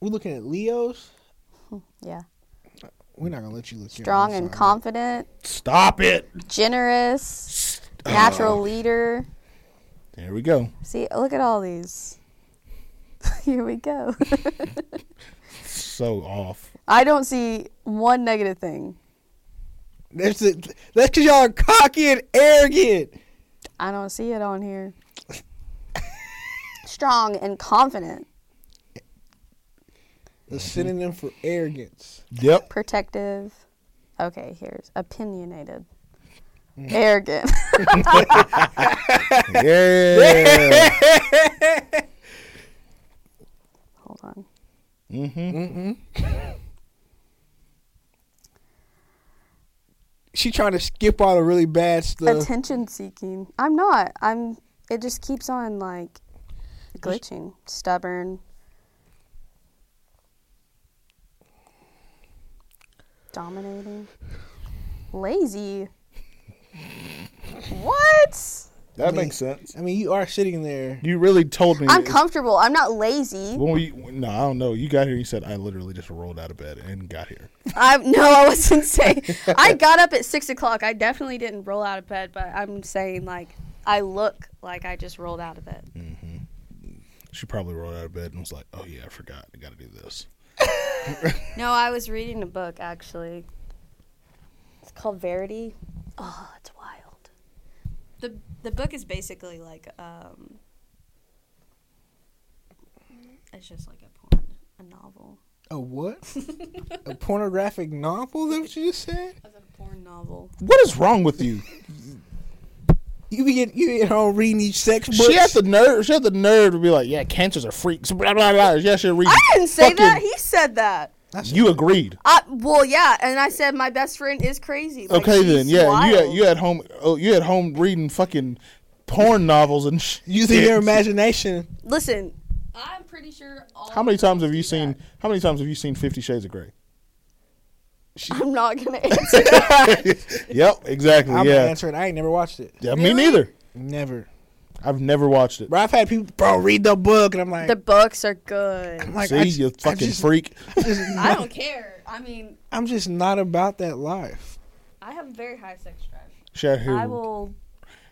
S2: We looking at Leos.
S4: Hmm, Yeah.
S2: We're not gonna let you look here.
S4: Strong
S2: I'm
S4: and
S2: sorry.
S4: confident,
S1: Stop it.
S4: generous, natural leader.
S1: There we go.
S4: See, look at all these. Here we go.
S1: So off.
S4: I don't see one negative thing.
S2: That's the, that's because y'all are cocky and arrogant.
S4: I don't see it on here. Strong and confident,
S2: The synonym for arrogance.
S1: Yep.
S4: protective. Okay, here's opinionated. Arrogant.
S1: Yeah.
S4: Hold on.
S2: Mm-hmm. She trying to skip all the really bad stuff.
S4: Attention seeking. I'm not. I'm it just keeps on like glitching. Stubborn. Dominating. Lazy. What?
S1: that makes sense.
S2: I mean, you are sitting there.
S1: You really told me.
S4: I'm comfortable. I'm not lazy.
S1: when we no, I don't know. You got here. You said I literally just rolled out of bed and got here.
S4: I no, I wasn't saying. I got up at six o'clock. I definitely didn't roll out of bed, but I'm saying like I look like I just rolled out of bed.
S1: She probably rolled out of bed and was like, "Oh yeah, I forgot. I got to do this."
S4: No, I was reading a book actually. It's called Verity. Oh, it's wild. the The book is basically like um, it's just like a porn, a novel.
S2: A what? a pornographic novel? That what you just said?
S4: It's a porn novel.
S1: What is wrong with you?
S2: You be get you be at home reading these sex books.
S1: She had the nerve. She had the nerve to be like, "Yeah, cancers are freaks." Blah blah blah. Yeah, she read.
S4: I didn't say
S1: Hmm. fucking-
S4: that. He said that.
S1: You agreed.
S4: I, well, yeah, and I said my best friend is crazy. Like,
S1: Okay
S4: she's
S1: then. Yeah, and you
S4: wild.
S1: at you at home. Oh, you at home reading fucking porn novels and shit.
S2: using your imagination.
S4: Listen,
S3: I'm pretty sure all.
S1: How many times have you seen? How many times have you seen Fifty Shades of Grey?
S4: I'm not gonna answer.
S1: Yep, exactly.
S2: I'm
S1: yeah,
S2: gonna answer it. I ain't never watched it.
S1: yeah. Me neither.
S2: Never.
S1: I've never watched it.
S2: Bro, I've had people bro read the book, and I'm like,
S4: the books are good.
S2: like
S1: See,
S2: I,
S1: you fucking
S2: just,
S1: freak.
S4: I don't care. I mean,
S2: I'm just not about that life.
S3: I have a very high sex drive.
S1: She out here.
S3: I will.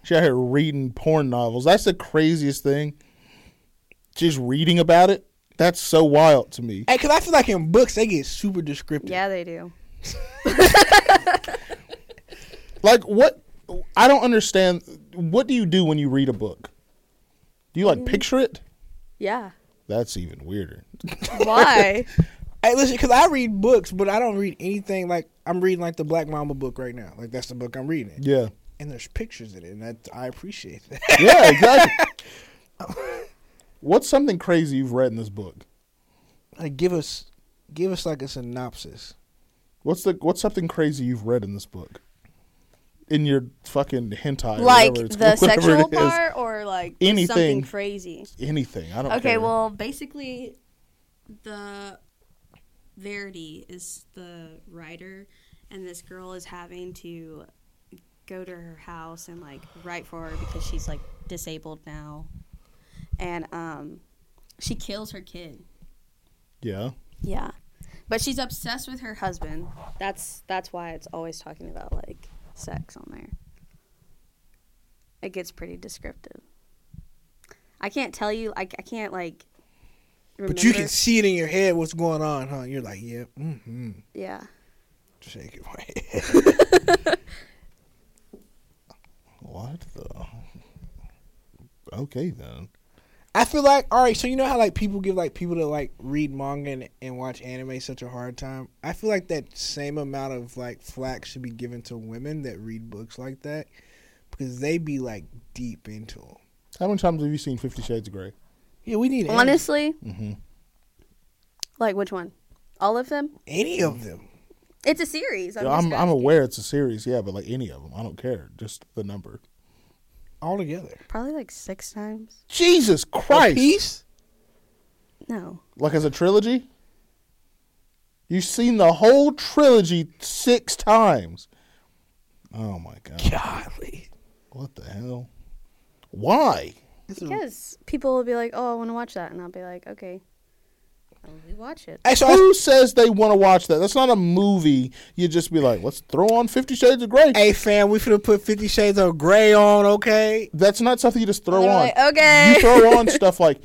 S1: She out here reading porn novels. That's the craziest thing. Just reading about it. That's so wild to me.
S2: Hey, cause I feel like in books they get super descriptive.
S4: yeah, they do.
S1: Like what? I don't
S3: Mm.
S1: understand. What do you do when you read a book? Do you like picture it?
S4: Yeah,
S1: That's even weirder.
S4: Why?
S2: Hey, listen, because I read books, but I don't read anything like I'm reading like the Black Mama book right now. Like that's the book I'm reading,
S1: Yeah.
S2: and there's pictures in it, and that I appreciate that.
S1: Yeah, exactly. What's something crazy you've read in this book?
S2: like, give us, give us like a synopsis.
S1: What's the what's something crazy you've read in this book? In your fucking hentai, or
S4: like
S1: whatever it's,
S4: the
S1: whatever it
S4: sexual
S1: is.
S4: part or like just
S1: Anything.
S4: something crazy?
S1: anything. I don't.
S4: Okay,
S1: care.
S4: well, basically, the Verity is the writer, and this girl is having to go to her house and like write for her because she's like disabled now, and um, she kills her kid.
S1: yeah,
S4: Yeah, but she's obsessed with her husband. That's that's why it's always talking about like sex on there. It gets pretty descriptive. I can't tell you. I, I can't like. Remember.
S2: But you can see it in your head what's going on, huh? You're like, yep, yeah, mm-hmm.
S4: Yeah.
S2: Shake it my head.
S1: what the? Okay then.
S2: I feel like all right. So you know how like people give like people that like read manga and, and watch anime such a hard time. I feel like that same amount of like flack should be given to women that read books like that because they be like deep into them.
S1: How many times have you seen Fifty Shades of Grey?
S2: Yeah, we need any,
S4: Honestly.
S2: Mm-hmm.
S4: Like which one? All of them?
S2: any of them.
S4: It's a series. I'm,
S1: I'm
S4: just
S1: I'm
S4: asking.
S1: aware it's a series, yeah, but like any of them, I don't care. Just the number.
S2: all together.
S4: Probably like six times.
S1: Jesus
S2: A
S1: Christ!
S2: piece?
S4: No.
S1: Like as a trilogy. You've seen the whole trilogy six times. Oh my god!
S2: Golly.
S1: What the hell? Why?
S4: Because people will be like, "Oh, I want to watch that," and I'll be like, "Okay." I'll rewatch it.
S2: Hey, so I,
S1: Who says they want to watch that? That's not a movie. You just be like, let's throw on Fifty Shades of Grey.
S2: hey fam, we finna put Fifty Shades of Grey on, okay?
S1: That's not something you just throw
S4: They're
S1: on.
S4: like, okay.
S1: You throw on stuff like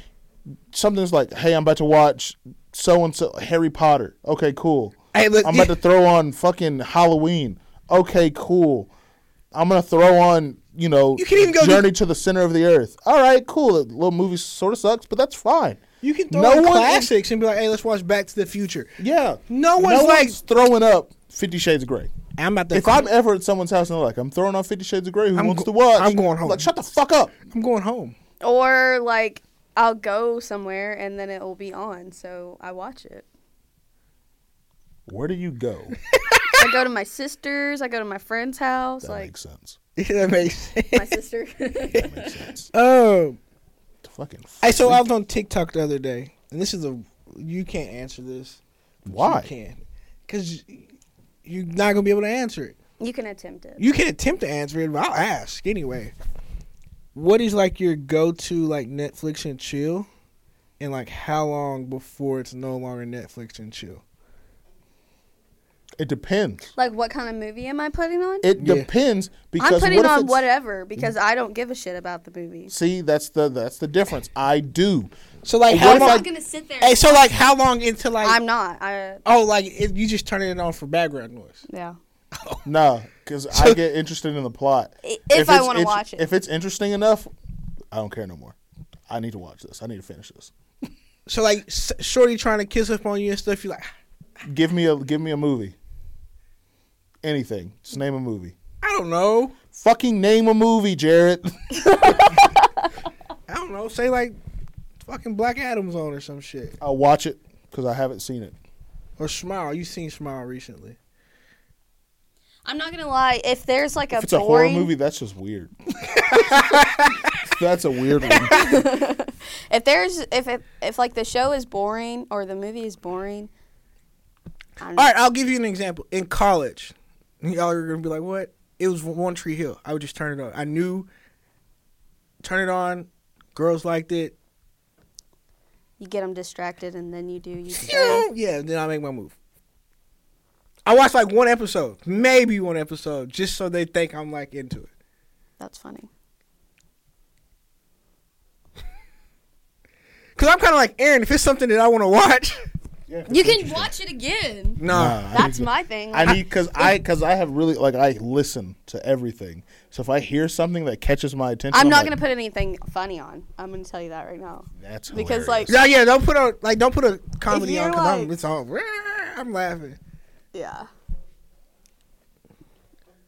S1: something's like, hey, I'm about to watch so and so Harry Potter. Okay, cool.
S2: Hey, look,
S1: I'm
S2: you-
S1: about to throw on fucking Halloween. Okay, cool. I'm gonna throw on, you know,
S2: You can even go
S1: Journey to the Center of the Earth. All right, cool. That little movie sort of sucks, but that's fine.
S2: You can throw
S1: No
S2: in
S1: one-
S2: classics and be like, hey, let's watch Back to the Future.
S1: Yeah,
S2: No one's like-
S1: throwing up Fifty Shades of Grey.
S2: I'm about to
S1: If I'm ever at someone's house and they're like, I'm throwing on Fifty Shades of Grey, who
S2: I'm
S1: wants to
S2: go-
S1: watch?
S2: I'm going home.
S1: Like, shut the fuck up.
S2: I'm going home.
S4: Or like I'll go somewhere and then it will be on, so I watch it.
S1: Where do you go?
S4: I go to my sister's, I go to my friend's house,
S1: That
S4: like
S1: makes sense.
S2: that makes
S4: my
S2: sense.
S4: sister.
S1: That makes sense.
S2: Oh.
S1: Fucking.
S2: Hey, so I was on TikTok the other day, and this is a you can't answer this. but
S1: Why?
S2: You can. Because you're not gonna be able to answer it.
S4: you can attempt it.
S2: You can attempt to answer it, but I'll ask anyway. What is like your go to like Netflix and chill? And like how long before it's no longer Netflix and chill?
S1: It depends.
S4: Like what kind of movie am I putting on?
S1: It
S2: Yeah.
S1: depends because
S4: I'm putting
S1: what if
S4: on
S1: it's- Mm-hmm.
S4: whatever because I don't give a shit about the movie.
S1: See, that's the that's the difference. I do.
S2: So like
S1: What
S2: how
S1: if I-
S2: long
S1: I'm
S4: gonna sit there.
S2: Hey, so like how long until like
S4: I'm not. I
S2: oh like if you just turning it on for background noise.
S4: yeah.
S1: No, because I get interested in the plot.
S4: I- if I
S1: it's
S4: wanna
S1: int-
S4: watch it.
S1: If it's interesting enough, I don't care no more. I need to watch this. I need to finish this.
S2: So like s- shorty trying to kiss up on you and stuff, you like
S1: Give me a give me a movie. Anything. Just name a movie.
S2: I don't know.
S1: Fucking name a movie, Jared.
S2: I don't know. Say like fucking Black Adam's on or some shit.
S1: I'll watch it because I haven't seen it.
S2: Or Smile. You seen Smile recently.
S4: I'm not gonna lie. If there's like a
S1: If it's a horror
S4: boring,
S1: movie, that's just weird. that's a weird one.
S4: if there's if, if if like the show is boring or the movie is boring, I'm
S2: All right, I'll give you an example. In college, y'all are gonna be like, "What?" It was One Tree Hill. I would just turn it on. I knew. Turn it on. Girls liked it.
S4: you get them distracted and then you do. You
S2: Yeah, then I make my move. I watched like one episode, maybe one episode, just so they think I'm like into it.
S4: That's funny.
S2: Cause I'm kind of like Aaron. If it's something that I want to watch,
S1: Yeah,
S4: You can watch it again.
S2: Nah.
S3: That's my thing.
S1: I need because I because I have really like I listen to everything. So if I hear something that catches my attention,
S3: I'm not
S1: like,
S3: gonna put anything funny on. I'm gonna tell you that right now.
S1: That's
S3: because,
S1: hilarious.
S3: like-
S2: Yeah, yeah. Don't put a like. Don't put a comedy
S3: you're
S2: on because I'm
S3: like-
S2: it's all. I'm laughing.
S3: Yeah.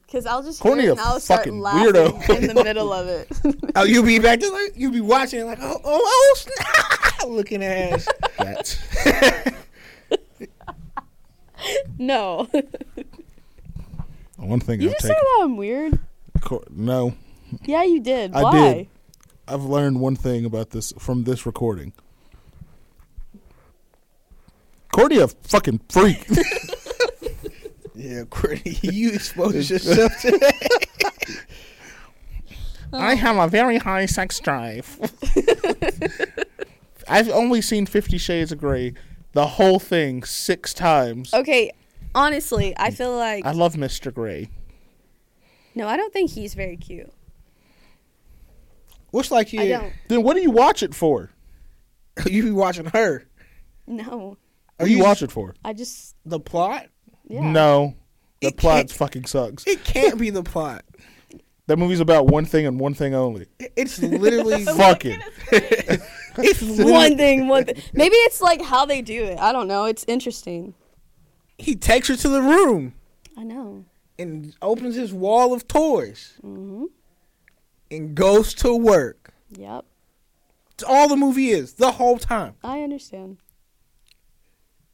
S3: Because I'll just
S1: Corny
S3: hear it
S1: a
S3: and I'll start
S1: fucking
S3: laughing
S1: weirdo.
S3: in the middle of it.
S2: Oh, you be back there like you be watching like oh oh oh snap, looking ass.
S1: that's
S3: no.
S1: one thing
S3: you
S1: I've
S3: just
S1: taken.
S3: said
S4: Oh,
S3: that I'm weird.
S1: Cor- no,
S3: Yeah, you did.
S1: I
S3: Why?
S1: did. I've learned one thing about this from this recording. Courtney a fucking freak.
S2: yeah, Courtney, you exposed yourself to that.
S1: I have a very high sex drive. I've only seen Fifty Shades of Grey, the whole thing six times.
S4: Okay, honestly, I feel like
S1: I love Mr. Grey.
S4: no, I don't think he's very cute.
S2: What's like
S4: I
S2: you?
S4: don't.
S1: Then what do you watch it for?
S2: You be watching her.
S4: No,
S1: What do you watch it for?
S4: I just
S2: The plot?
S4: yeah.
S1: No. The
S2: It
S1: plot
S2: can't-
S1: fucking sucks.
S2: It can't be the plot.
S1: That movie's about one thing and one thing only.
S2: It's literally
S1: Fuck it.
S2: It's
S4: One
S2: literally,
S4: thing, one thing. Maybe it's like how they do it. I don't know. It's interesting.
S2: he takes her to the room
S4: I know.
S2: and opens his wall of toys and goes to work.
S4: Yep.
S2: It's all the movie is the whole time.
S4: I understand.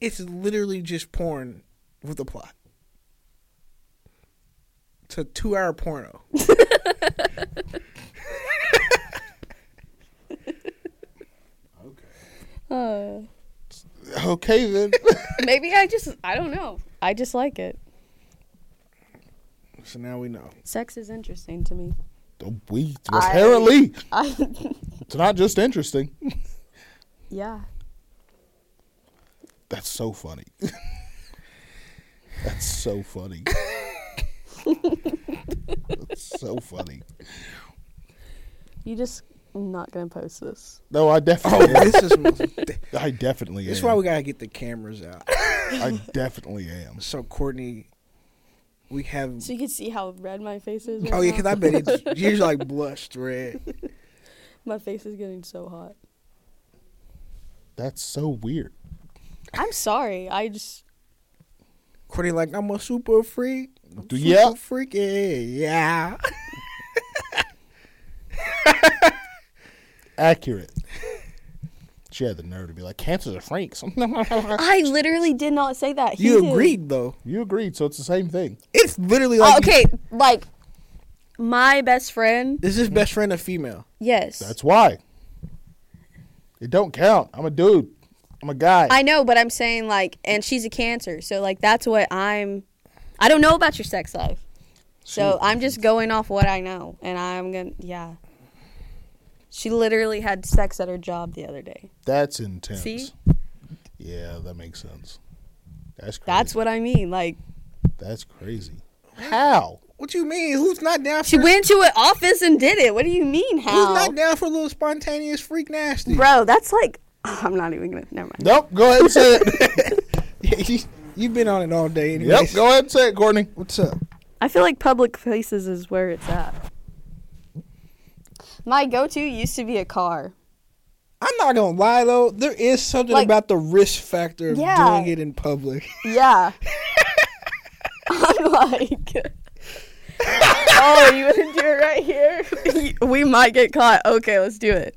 S2: It's literally just porn with a plot. It's a two-hour porno.
S4: Uh,
S1: Okay then.
S4: maybe I just I don't know. I just like it.
S2: So now we know.
S4: Sex is interesting to me.
S1: we apparently
S4: I
S1: it's not just interesting.
S4: yeah.
S1: That's so funny. That's so funny. That's so funny.
S4: You just I'm not gonna post this.
S1: No, I
S2: Oh,
S1: definitely am.
S2: this is most, this
S1: I definitely
S2: is
S1: am.
S2: why we gotta get the cameras out.
S1: I definitely am.
S2: So Courtney, we have.
S4: So you can see how red my face is. Right
S2: Oh yeah,
S4: now?
S2: because I bet it's you're like blushed red.
S4: my face is getting so hot.
S1: That's so weird.
S4: I'm sorry. I just
S2: Courtney like I'm a super freak. I'm
S1: Do-
S2: super
S1: yeah.
S2: freak. Yeah, yeah.
S1: Accurate. She had the nerve to be like, cancer's a freak.
S4: I literally did not say that. He
S2: You
S4: did.
S2: agreed though.
S1: you agreed, so it's the same thing.
S2: It's literally
S4: Oh,
S2: like
S4: okay, like my best friend.
S2: Is his best friend a female?
S4: Yes.
S1: That's why. It don't count. I'm a dude. I'm a guy.
S4: I know, but I'm saying like, and she's a cancer, so like that's what I'm. I don't know about your sex life, so I'm just going off what I know, and I'm gonna yeah. She literally had sex at her job the other day.
S1: That's intense.
S4: See?
S1: Yeah, that makes sense. That's crazy.
S4: That's what I mean. Like
S1: That's crazy. How?
S2: What you mean? Who's not down for
S4: she went to an office and did it. What do you mean
S2: Who's
S4: how?
S2: not down for a little spontaneous freak nasty?
S4: Bro, that's like I'm not even gonna. Never mind.
S1: Nope. Go ahead and say it.
S2: You've been on it all day anyway.
S1: yep. Go ahead and say it, Courtney.
S2: What's up?
S4: I feel like public places is where it's at. My go-to used to be a car.
S2: I'm not gonna lie though, there is something
S4: Like-
S2: about the risk factor of
S4: Yeah.
S2: doing it in public.
S4: Yeah. I'm like, oh, you want to do it right here? we might get caught. Okay, let's do it.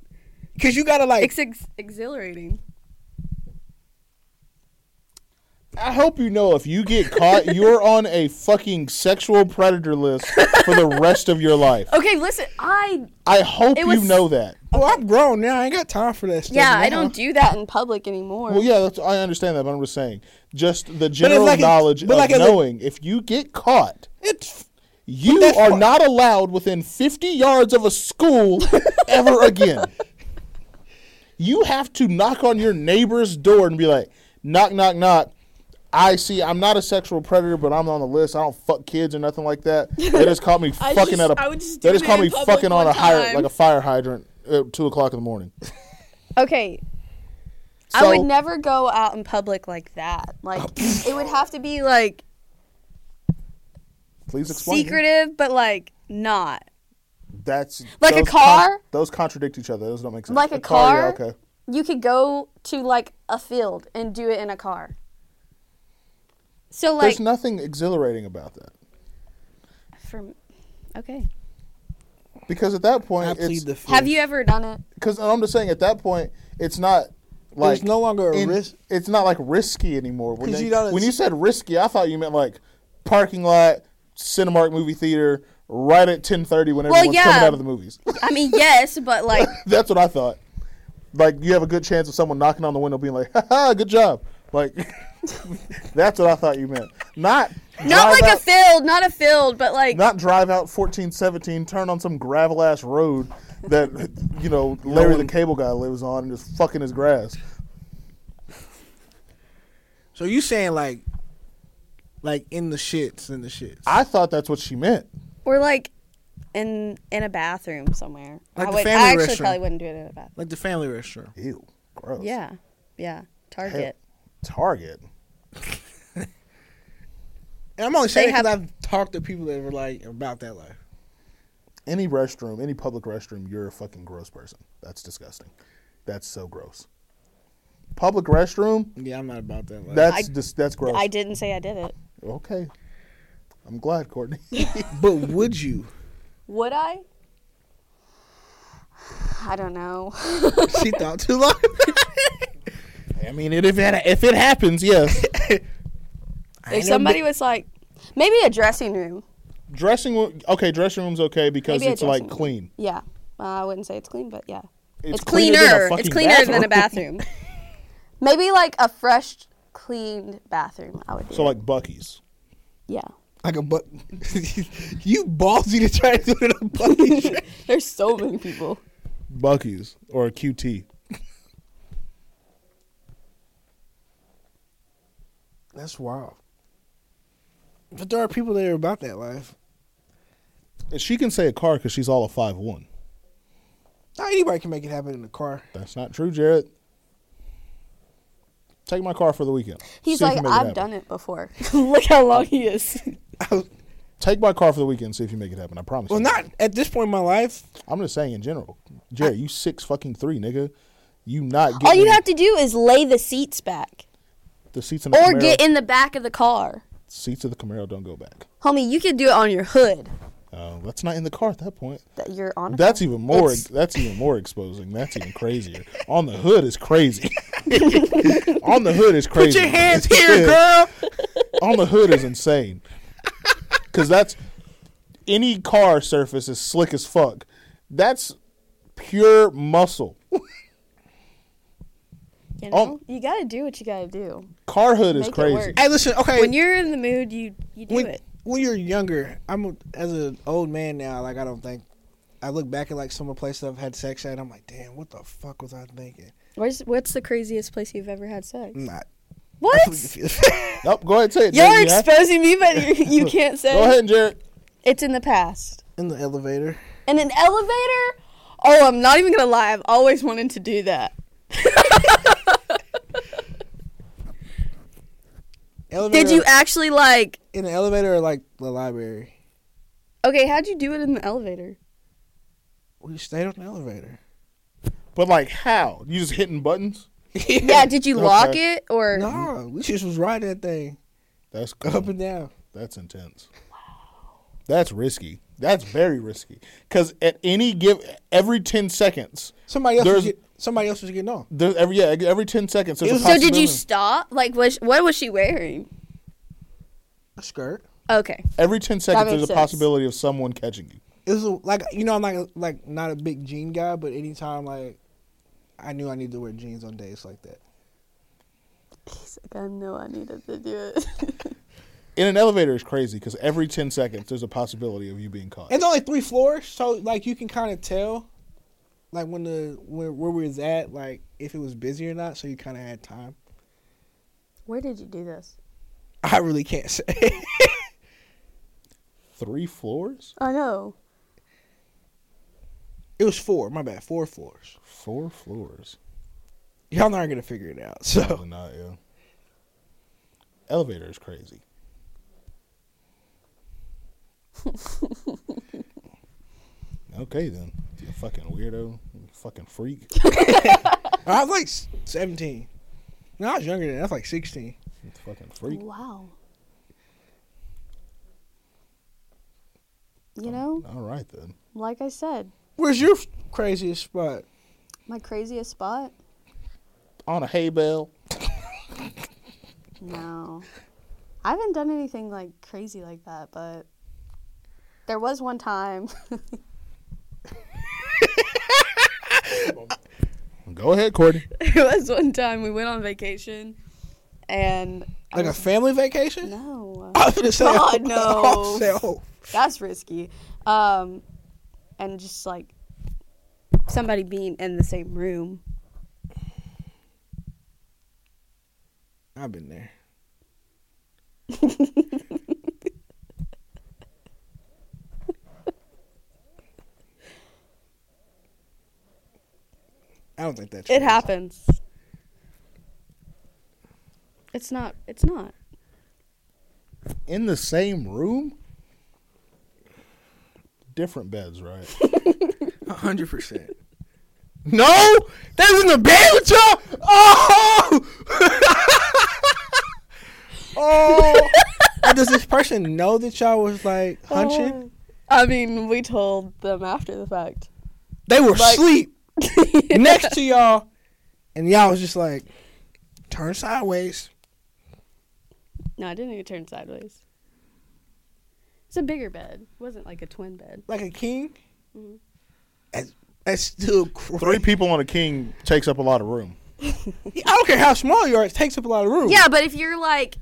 S2: Cause you gotta like
S4: It's ex- exhilarating.
S1: I hope you know if you get caught, you're on a fucking sexual predator list for the rest of your life.
S4: Okay, listen, I
S1: I hope
S4: It was-
S1: you know that.
S2: Well, I'm grown now, I ain't got time for that stuff.
S4: yeah, I
S2: now.
S4: don't do that in public anymore.
S1: Well, yeah, that's, I understand that, but I'm just saying, just the general
S2: like it-
S1: knowledge
S2: but
S1: of
S2: like it-
S1: knowing if you get caught,
S2: It's
S1: you
S2: that's
S1: are
S2: what-
S1: not allowed within 50 yards of a school ever again. You have to knock on your neighbor's door and be like, knock, knock, knock. I see. I'm not a sexual predator, but I'm on the list. I don't fuck kids or nothing like that. They just caught me
S4: I
S1: fucking
S4: just-
S1: at a.
S4: I would just
S1: they
S4: do
S1: just
S4: it
S1: caught
S4: in
S1: me
S4: public
S1: fucking on
S4: one
S1: a hydrant,
S4: time.
S1: like a fire hydrant, at two o'clock in the morning.
S4: Okay. I
S1: So-
S4: would never go out in public like that. Like it would have to be like
S1: Please explain.
S4: secretive, but like not.
S1: That's
S4: Like a
S1: those
S4: car?
S1: those contradict each other. Those don't make sense.
S4: Like a
S1: yeah,
S4: car?
S1: okay.
S4: You could go to like a field and do it in a car. So like
S1: There's nothing exhilarating about that
S4: from okay.
S1: because at that
S2: I
S1: point,
S2: plead
S1: it's
S2: the fifth.
S4: Have you ever done it?
S1: because I'm just saying at that point, it's not like
S2: There's no longer a
S1: in-
S2: risk.
S1: It's not like risky anymore. When,
S2: 'Cause
S1: they-
S2: you don't-
S1: when you said risky, I thought you meant like parking lot, Cinemark movie theater, right at 10:30 when everyone's coming
S4: yeah.
S1: out of the movies.
S4: I mean, yes, but like
S1: That's what I thought. Like you have a good chance of someone knocking on the window, being like, "Ha ha, good job." Like that's what I thought you meant. Not
S4: not
S1: drive
S4: like a
S1: out,
S4: field, not a field, but like
S1: not drive out fourteen seventeen, turn on some gravel ass road that you know Larry the Cable Guy lives on and just fucking his grass.
S2: So you saying like, like in the shits, in the shits.
S1: I thought that's what she meant.
S4: or like in in a bathroom somewhere.
S2: Like
S4: I
S2: the
S4: would I
S2: family
S4: actually
S2: restroom.
S4: probably wouldn't do it in a bathroom.
S2: like the family restaurant.
S1: Ew, gross.
S4: Yeah. Yeah. Target.
S1: Target.
S2: And I'm only saying
S4: They
S2: because
S4: have-
S2: I've talked to people that were like about that life.
S1: Any restroom, any public restroom, you're a fucking gross person. That's disgusting. That's so gross. Public restroom.
S2: Yeah, I'm not about that life.
S1: That's dis- that's gross.
S4: I didn't say I did it.
S1: Okay. I'm glad, Courtney.
S2: but would you?
S4: Would I? I don't know.
S2: She thought too long.
S1: I mean, it, if it if it happens, yes.
S4: if somebody was like, maybe a dressing room.
S1: dressing room, okay. Dressing room's okay because
S4: Maybe a
S1: it's like
S4: dressing room.
S1: clean.
S4: Yeah. Uh, I wouldn't say it's clean, but yeah. It's,
S1: cleaner than a
S4: cleaner. it's
S1: fucking
S4: cleaner than a
S1: bathroom.
S4: bathroom. maybe like a fresh, cleaned bathroom. I would do.
S1: So like Bucky's.
S4: yeah.
S2: like a butt. you ballsy to try to do it in a bucket. shirt.
S4: There's so many people.
S1: Bucky's or a QT.
S2: That's wild. But there are people that are about that life.
S1: And she can say a car because she's all a five one.
S2: Not anybody can make it happen in the car.
S1: That's not true, Jared. Take my car for the weekend.
S4: He's
S1: See if you
S4: like,
S1: make it
S4: I've
S1: happen.
S4: done it before. Look how long he is.
S1: Take my car for the weekend. See if you make it happen. I promise.
S2: Well,
S1: you.
S2: not at this point in my life.
S1: I'm just saying in general, Jared. you six fucking three, nigga. You not
S4: All
S1: getting
S4: you have to do is lay the seats back,
S1: the seats in the
S4: or
S1: Camaro,
S4: get in the back of the car,
S1: seats of the Camaro don't go back.
S4: homie. You could do it on your hood.
S1: Uh, that's not in the car at that point.
S4: That you're on. a
S1: That's even more.
S4: It's-
S1: That's even more exposing. That's even crazier. On the hood is crazy. On the hood is crazy.
S2: Put your hands here, girl.
S1: On the hood is insane. Because that's any car surface is slick as fuck. That's pure muscle.
S4: You
S1: Oh.
S4: know, you gotta do what you gotta do.
S1: Car hood is
S4: Make it
S1: crazy.
S4: work.
S2: Hey, listen. Okay.
S4: When you're in the mood, you you do
S2: when,
S4: it.
S2: when you're younger, I'm a- as an old man now. Like I don't think I look back at like some of the places I've had sex at. I'm like, damn, what the fuck was I thinking?
S4: Where's what's the craziest place you've ever had sex?
S1: Mm.
S2: Not.
S4: What?
S1: Nope, Oh, go ahead and say it.
S4: You're
S1: Jared, you have-
S4: exposing me, but you, you can't say.
S1: Go ahead, Jared.
S4: It's in the past.
S2: in the elevator.
S4: In an elevator. Oh, I'm not even gonna lie. I've always wanted to do that.
S2: Elevator.
S4: Did you actually like?
S2: in the elevator or like the library?
S4: Okay, how'd you do it in the elevator?
S2: We stayed on the elevator.
S1: But like, how? You just hitting buttons?
S4: Yeah, did you lock
S1: Okay.
S4: it or?
S2: Nah, we just was riding that thing
S1: That's
S2: up and down.
S1: That's intense. That's risky. That's very risky. Because at any give, every ten seconds,
S2: Somebody else
S1: There's-
S2: was get, somebody else was getting off.
S1: there's every yeah every ten seconds. There's a
S4: So did
S1: possibility-
S4: you stop? Like, was what was she wearing?
S2: A skirt.
S4: Okay.
S1: every ten seconds
S4: That
S1: there's a
S4: makes sense.
S1: possibility of someone catching you.
S2: It was a, like you know I'm like a- like not a big jean guy, but anytime like I knew I needed to wear jeans on days like that.
S4: He's like, I know I needed to do it.
S1: In an elevator is crazy because every ten seconds there's a possibility of you being caught.
S2: It's only three floors, so like you can kind of tell, like when the where, where we was at, like if it was busy or not. So you kind of had time.
S4: Where did you do this?
S2: I really can't say.
S1: Three floors,
S4: I know.
S2: it was four. My bad. Four floors.
S1: four floors.
S2: Y'all aren't gonna figure it out. So
S1: Probably not, yeah. Elevator is crazy. okay then. You fucking weirdo. You fucking freak.
S2: I was like s- seventeen. No, I was younger than that. I was like sixteen.
S1: You fucking freak.
S4: Wow. You know,
S1: All right then.
S4: like I said,
S2: Where's your f- craziest spot?
S4: my craziest spot?
S1: On a hay bale.
S4: No. I haven't done anything like crazy like that, but there was one time.
S1: Go ahead, Courtney.
S4: there was one time we went on vacation and I
S2: Like a
S4: was-
S2: family vacation?
S4: Um, No.
S2: I was gonna say,
S4: God, no.
S2: I'll say, oh.
S4: That's risky. Um and just like somebody being in the same room.
S2: I've been there. I don't think that's
S4: It
S2: crazy.
S4: happens. It's not it's not.
S1: In the same room? Different beds, right?
S2: A hundred percent.
S1: no! That was in the bed with y'all!
S2: Oh! oh! And does this person know that y'all was like
S4: Oh.
S2: hunching?
S4: I mean, we told them after the fact.
S2: They were
S4: Like-
S2: asleep next to y'all, and y'all was just like, turn sideways.
S4: No, I didn't even turn sideways. It's a bigger bed. It wasn't like a twin bed.
S2: like a king. Mm-hmm.
S4: Mhm.
S2: That's, that's still
S1: Three
S2: great.
S1: people on a king takes up a lot of room.
S2: I don't care how small you are; it takes up a lot of room.
S4: Yeah, but if you're like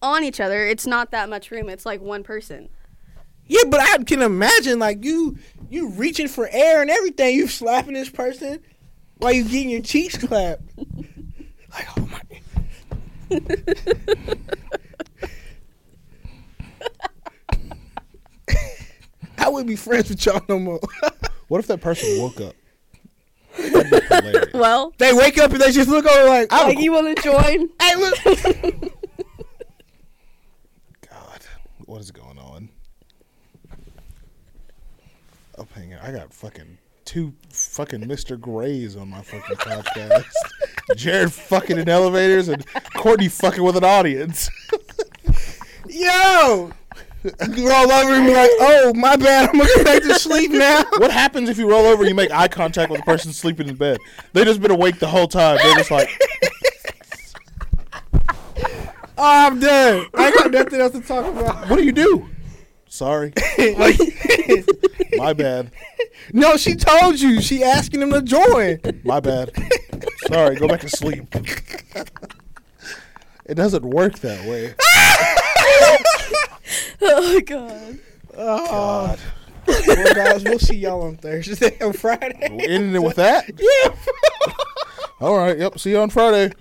S4: on each other, it's not that much room. It's like one person.
S2: yeah, but I can imagine like you you reaching for air and everything. You slapping this person while you getting your cheeks clapped. like oh my, I wouldn't be friends with y'all no more.
S1: What if that person woke up? That'd be hilarious.
S4: well,
S2: they wake up and they just look over like, oh,
S4: like you want to join?
S2: hey, look.
S1: God, what is going on? Up here, I got fucking two fucking Mr. Grays on my fucking podcast. Jared fucking in elevators and Courtney fucking with an audience.
S2: yo. Roll over and be like, oh, my bad. I'm going to go back to sleep now.
S1: What happens if you roll over and you make eye contact with the person sleeping in bed? They just been awake the whole time. They're just like,
S2: Oh, I'm done. I got nothing else to talk about.
S1: "What do you do?" Sorry,
S2: like,
S1: my bad,
S2: no, she told you. She asking him to join.
S1: my bad. Sorry, go back to sleep. It doesn't work that way.
S4: oh god.
S2: Oh,
S1: God.
S2: well, guys, we'll see y'all on Thursday and Friday.
S1: We're ending it with that.
S2: Yeah.
S1: All right. Yep. See you on Friday.